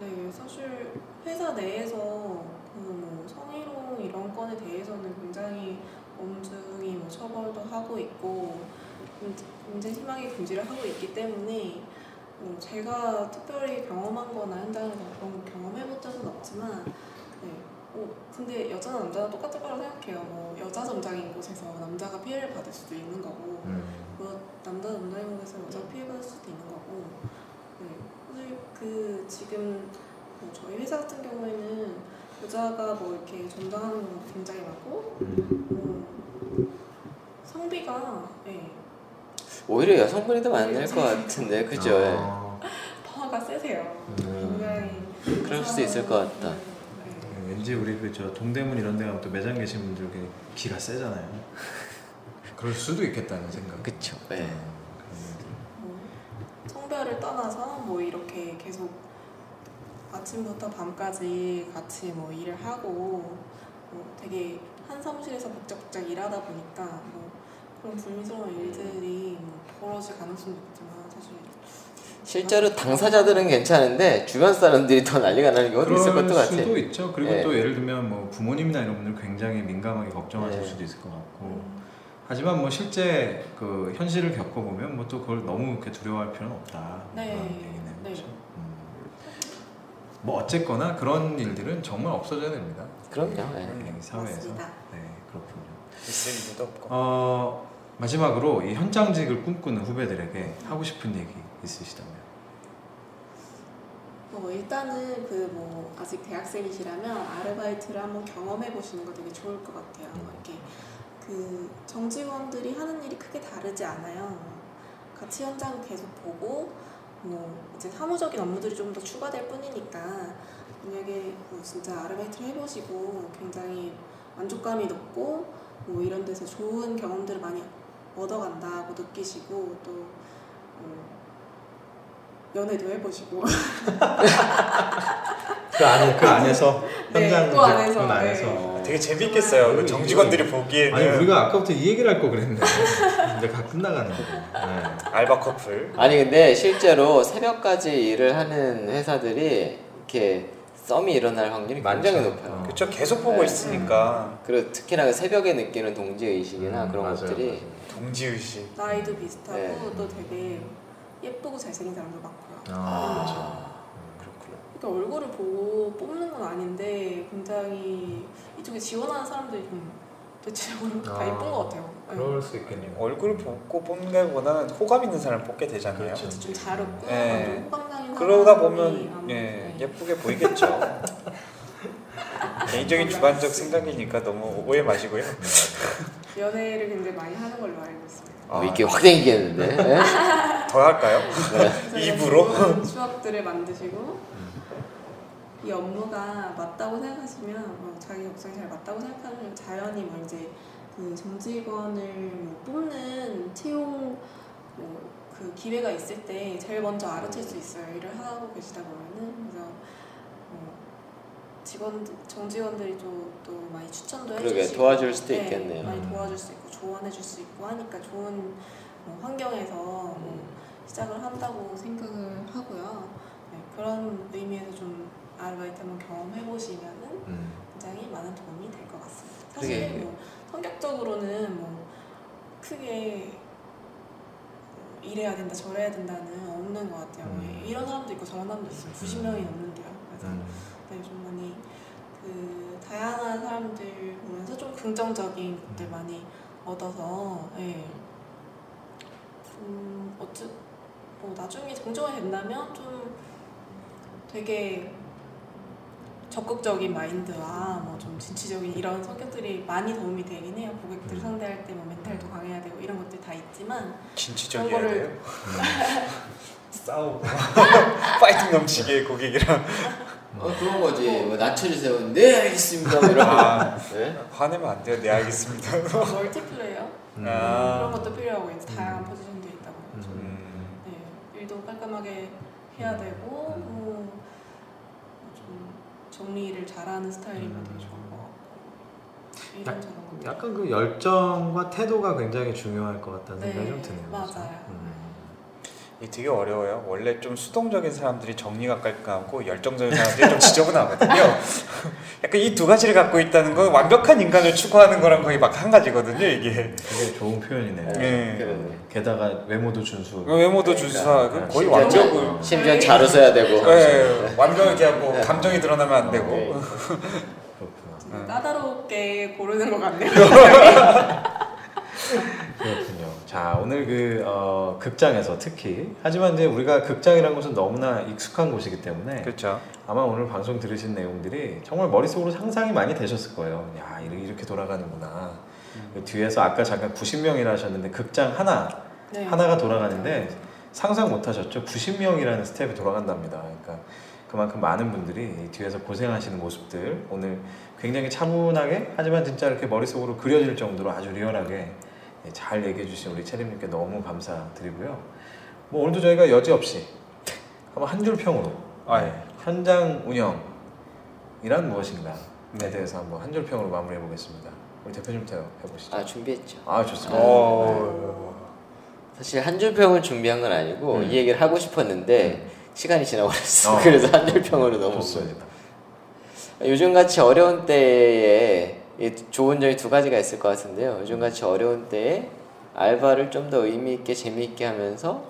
네, 사실 회사 내에서 그뭐 성희롱 이런 건에 대해서는 굉장히 엄중히 뭐 처벌도 하고 있고 음, 굉장히 심하게 금지를 하고 있기 때문에 뭐 제가 특별히 경험한 거나 현장에서 그런 거 경험해 본 적은 없지만 네. 어, 근데 여자나 남자나 똑같을 거라고 생각해요. 뭐 여자 점장인 곳에서 남자가 피해를
음.
음.
받을 수도 있는 거고 뭐 남자 남자인 곳에서 여자 피해받을 수도 있는 거고 네. 사실 그 지금 뭐 저희 회사 같은 경우에는 여자가 뭐 이렇게 전장하는 경우도 굉장히 많고
음.
뭐 성비가 예,
오히려 여성분이 더 많을 것 같은데 그죠? 예.
아,
파워가 세세요.
음.
굉장히
그럴 수도 있을 것 같다.
네.
왠지 우리 그 저 동대문 이런 데 가면 또 매장 계신 분들 이렇게 기가 세잖아요. 그럴 수도 있겠다는 생각.
그쵸. 예.
음, 그런 얘기.
뭐 성별을 떠나서 뭐 이렇게 계속 아침부터 밤까지 같이 뭐 일을 하고 뭐 되게 한 사무실에서 북적북적 일하다 보니까 뭐 그런 불미스러운 일들이 뭐 벌어질 가능성도 있지만 사실
실제로 당사자들은 괜찮은데 주변 사람들이 더 난리가 나는 경우도 있을
그럴
것도 같아.
수도 있죠. 그리고
예.
또 예를 들면 뭐 부모님이나 이런 분들 굉장히 민감하게 걱정하실
예.
수도 있을 것 같고. 하지만 뭐 실제 그 현실을 겪어보면 뭐 또 그걸 너무 이렇게 두려워할 필요는 없다.
네.
그런 얘기네요.
네.
그렇죠? 음. 뭐 어쨌거나 그런 일들은 정말 없어져야 됩니다.
그럼요. 예.
네. 이 사회에서.
맞습니다.
네, 그렇군요.
있을 일도 없고
어, 마지막으로 이 현장직을 꿈꾸는 후배들에게 하고 싶은 얘기 있으시다면.
뭐 일단은 그 뭐 아직 대학생이시라면 아르바이트를 한번 경험해 보시는 거 되게 좋을 것 같아요. 뭐 이렇게 그 정직원들이 하는 일이 크게 다르지 않아요. 같이 현장 계속 보고 뭐 이제 사무적인 업무들이 좀 더 추가될 뿐이니까 만약에 뭐 진짜 아르바이트를 해보시고 굉장히 만족감이 높고 뭐 이런 데서 좋은 경험들을 많이 얻어간다고 느끼시고 또 어, 연애도 해보시고
그 안에 그 안에서
네,
현장
그 안에서,
직군
네.
안에서.
되게 재밌겠어요. 그 정직원들이 보기에는
네. 아니 우리가 아까부터 이 얘기를 할 거 그랬는데 이제 가 끝나가는 거. 네.
알바 커플
아니 근데 실제로 새벽까지 일을 하는 회사들이 이렇게 썸이 일어날 확률이 굉장히
많죠.
높아요.
어.
그쵸 계속 보고
네.
있으니까
그리고 특히나 새벽에 느끼는 동지 의식이나
음,
그런
맞아요,
것들이
동지 의식
나이도 비슷하고
네.
또 되게 예쁘고 잘생긴 사람도 많고요.
맞아요. 그렇죠. 음.
아,
그렇구나.
그러니까 얼굴을 보고 뽑는 건 아닌데 굉장히 이쪽에 지원하는 사람들이 좀 도대체 얼굴 다
아,
예쁜 것 같아요. 네.
수 있겠네요.
얼굴 보고 뽑는 것보다는 호감 있는 사람 뽑게 되잖아요.
그렇죠.
그래서 좀잘 웃고
네.
좀 호감가는
그러다
사람이
보면
아무래도,
예,
네.
예쁘게 보이겠죠. 개인적인 주관적 생각이니까 너무 오해 마시고요. 예.
연애를 굉장히 많이 하는 걸로 알고 있습니다.
어, 이게 확 생기겠는데. 예?
아, 더 할까요?
그래서
네.
입으로?
좋은 추억들을 만드시고 이 업무가 맞다고 생각하시면 뭐 자기 역량이 잘 맞다고 생각하면 자연히 뭐 이제 그 정직원을 뭐 뽑는 채용 뭐 그 기회가 있을 때 제일 먼저 알아챌 수 있어요 일을 하고 계시다 보면은 그래서 뭐 직원 정직원들이 또, 또 많이 추천도 해주시고
그러게, 도와줄 수도
네,
있겠네요. 음.
많이 도와줄 수 있고 조언해줄 수 있고 하니까 좋은 뭐 환경에서 뭐
어,
시작을 한다고 생각을 하고요. 네, 그런 의미에서 좀 아르바이트 한번 경험해
음,
보시면은 굉장히 많은 도움이 될 것 같습니다. 사실
그러게.
뭐 성격적으로는 뭐 크게 뭐 이래야 된다 저래야 된다는 없는 것 같아요. 뭐
음.
이런 사람도 있고 저런 사람도 있어요. 90명이 넘는데요. 그래서 네, 좀 많이 그 다양한 사람들 보면서 좀 긍정적인 것들 많이 얻어서 예. 음, 어찌 뭐 나중에 정정이 된다면 좀 되게 적극적인 마인드와 뭐 좀 진취적인 이런 성격들이 많이 도움이 되긴 해요. 고객들 상대할 때 뭐 멘탈도 강해야 되고 이런 것들 다 있지만
진취적이어야
그런 거를-
돼요.
음.
싸우고 파이팅 넘치게 고객이랑
어, 그런 거지. 뭐 낮춰를 세우면 네 알겠습니다. 뭐 이런 거.
아,
네?
화내면 안 돼요. 네 알겠습니다.
멀티플레이어 음.
아.
그런 것도 필요하고 이제 다양한 포지션도 있다 보니까 좀
음,
네, 일도 깔끔하게 해야 되고 뭐, 좀 정리를 잘하는 스타일이면 되게 좋은 것 같고 이런 저런 것들
약간 그 열정과 태도가 굉장히 중요할 것 같다는
네,
생각이 좀 드네요. 그죠?
맞아요.
음.
이게 되게 어려워요. 원래 좀 수동적인 사람들이 정리가 깔끔하고 열정적인 사람들이 좀 지저분하거든요. 약간 이 두 가지를 갖고 있다는 건 완벽한 인간을 추구하는 거랑 거의 막 한 가지거든요. 이게
되게 네, 좋은 표현이네요.
예.
그러네.
게다가 외모도 준수.
외모도 준수하고 거의
심지어 자-
완벽을
심지어 자로 써야 되고.
네, 완벽하게 하고
네.
감정이 드러나면 안
네.
되고
그렇구나.
좀 까다롭게 고르는 것 같네요.
그렇군요. 자 오늘 그 어, 극장에서 특히 하지만 이제 우리가 극장이라는 곳은 너무나 익숙한 곳이기 때문에
그렇죠.
아마 오늘 방송 들으신 내용들이 정말 머릿속으로 상상이 많이 되셨을 거예요. 야 이렇게, 이렇게 돌아가는구나. 그 뒤에서 아까 잠깐 90명이라 하셨는데 극장 하나
네.
하나가 돌아가는데 상상 못하셨죠? 90명이라는 스텝이 돌아간답니다. 그러니까 그만큼 많은 분들이 이 뒤에서 고생하시는 모습들 오늘 굉장히 차분하게 하지만 진짜 이렇게 머릿속으로 그려질 정도로 아주 리얼하게 예, 잘 얘기해 주신 우리 채림님께 너무 감사드리고요. 뭐 오늘도 저희가 여지없이 한번 한 줄 평으로
아,
예,
예.
현장 운영이란 무엇인가에
네.
대해서 한번 한 줄 평으로 마무리해 보겠습니다. 우리 대표님부터 해보시죠.
아 준비했죠.
아 좋습니다.
어.
사실 한 줄평을 준비한 건 아니고
음.
이 얘기를 하고 싶었는데 시간이 음. 지나버렸어.
어.
그래서 한 줄평으로 넘어.
좋습니다.
요즘같이 어려운 때에 이 좋은 점이 두 가지가 있을 것 같은데요. 요즘같이 어려운 때에 알바를 좀 더 의미 있게 재미있게 하면서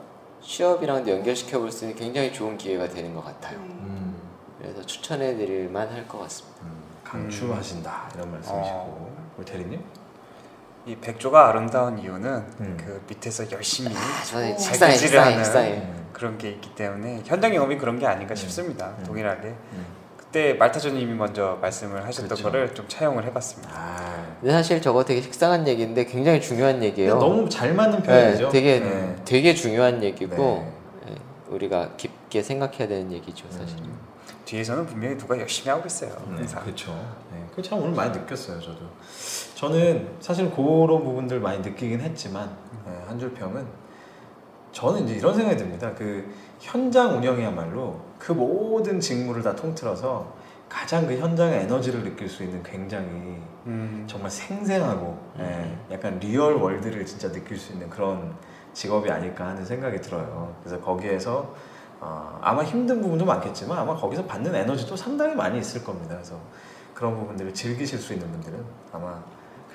취업이랑도 연결시켜 볼 수 있는 굉장히 좋은 기회가 되는 것 같아요.
음.
음.
그래서 추천해 드릴 만할 것 같습니다.
강추하신다 이런 말씀이시고
아.
우리 대리님
이 백조가 아름다운 이유는
음.
그 밑에서 열심히
아, 저는
오.
식상해, 식상해,
발길질하는-
식상해.
그런 게 있기 때문에 현장 경험이 그런 게 아닌가 싶습니다.
음.
동일하게
음.
그때 말타조님이 먼저 말씀을 하셨던
그렇죠.
거를 좀 차용을 해봤습니다.
아,
근데 사실 저거 되게 식상한 얘기인데 굉장히 중요한 얘기예요.
너무 잘 맞는
네,
표현이죠.
되게
네.
되게 중요한 얘기고
네.
우리가 깊게 생각해야 되는 얘기죠, 사실.
음.
뒤에서는 분명히 누가 열심히 하고 있어요.
네,
항상.
그렇죠. 네, 그참 오늘 많이 느꼈어요, 저도. 저는 사실 그런 부분들 많이 느끼긴 했지만 네, 한줄평은 저는 이제 이런 생각이 듭니다. 그 현장 운영이야말로 그 모든 직무를 다 통틀어서 가장 그 현장의 에너지를 느낄 수 있는 굉장히
음,
정말 생생하고 예, 약간 리얼 월드를 진짜 느낄 수 있는 그런 직업이 아닐까 하는 생각이 들어요. 그래서 거기에서 어, 아마 힘든 부분도 많겠지만 아마 거기서 받는 에너지도 상당히 많이 있을 겁니다. 그래서 그런 부분들을 즐기실 수 있는 분들은 아마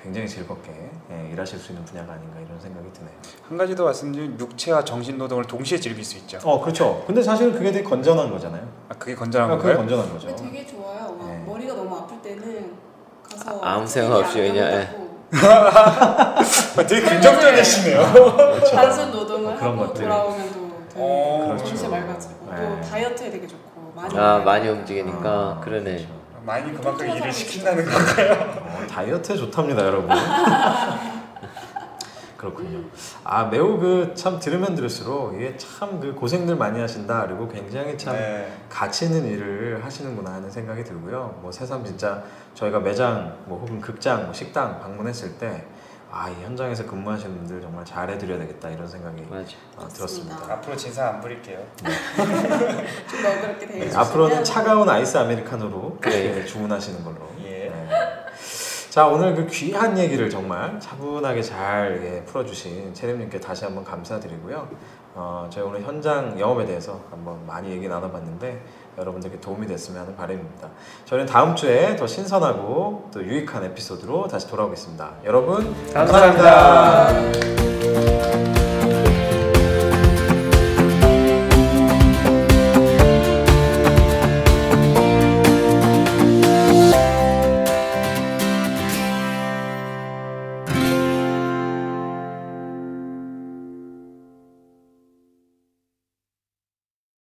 굉장히 즐겁게 예, 일하실 수 있는 분야가 아닌가 이런 생각이 드네요.
한 가지 더 말씀드리면 육체와 정신 노동을 동시에 즐길 수 있죠.
어 그렇죠. 근데 사실 그게 되게 건전한 거잖아요.
아, 그게 건전한
그게
건가요?
건전한 거죠.
근데 되게 좋아요. 막
음. 네.
머리가 너무 아플 때는 가서
아, 아무 생각 없이
되게
그냥,
아름답고
아, 되게 긍정적이시네요.
그렇죠.
단순 노동을
어, 그런
하고
것들.
돌아오면 또
어,
되게 정신
그렇죠.
맑아지고
네.
또 다이어트에 되게 좋고 많이
아
먹어야
많이
되니까.
움직이니까 그러네.
그렇죠.
많이 그만큼
통통한
일을
사람이
시킨다는 거.
어, 다이어트에 좋답니다, 여러분. 그렇군요. 아 매우 그 참 들으면 들을수록 이게 참 그 고생들 많이 하신다 그리고 굉장히 참
네.
가치 있는 일을 하시는구나 하는 생각이 들고요. 뭐 새삼 진짜 저희가 매장 뭐 혹은 극장, 뭐 식당 방문했을 때 아 이 현장에서 근무하시는 분들 정말 잘해드려야 되겠다 이런 생각이
맞아.
어, 들었습니다.
맞습니다.
앞으로 진상 안 부릴게요.
좀 너그럽게
네,
대해주시면
앞으로는 차가운 아이스 아메리카노로
그래.
네, 주문하시는 걸로.
예.
네. 자 오늘 그 귀한 얘기를 정말 차분하게 잘 예, 풀어주신 채림님께 다시 한번 감사드리고요. 어, 저희 오늘 현장 영업에 대해서 한번 많이 얘기 나눠봤는데 여러분들께 도움이 됐으면 하는 바람입니다. 저는 다음 주에 더 신선하고 또 유익한 에피소드로 다시 돌아오겠습니다. 여러분
감사합니다.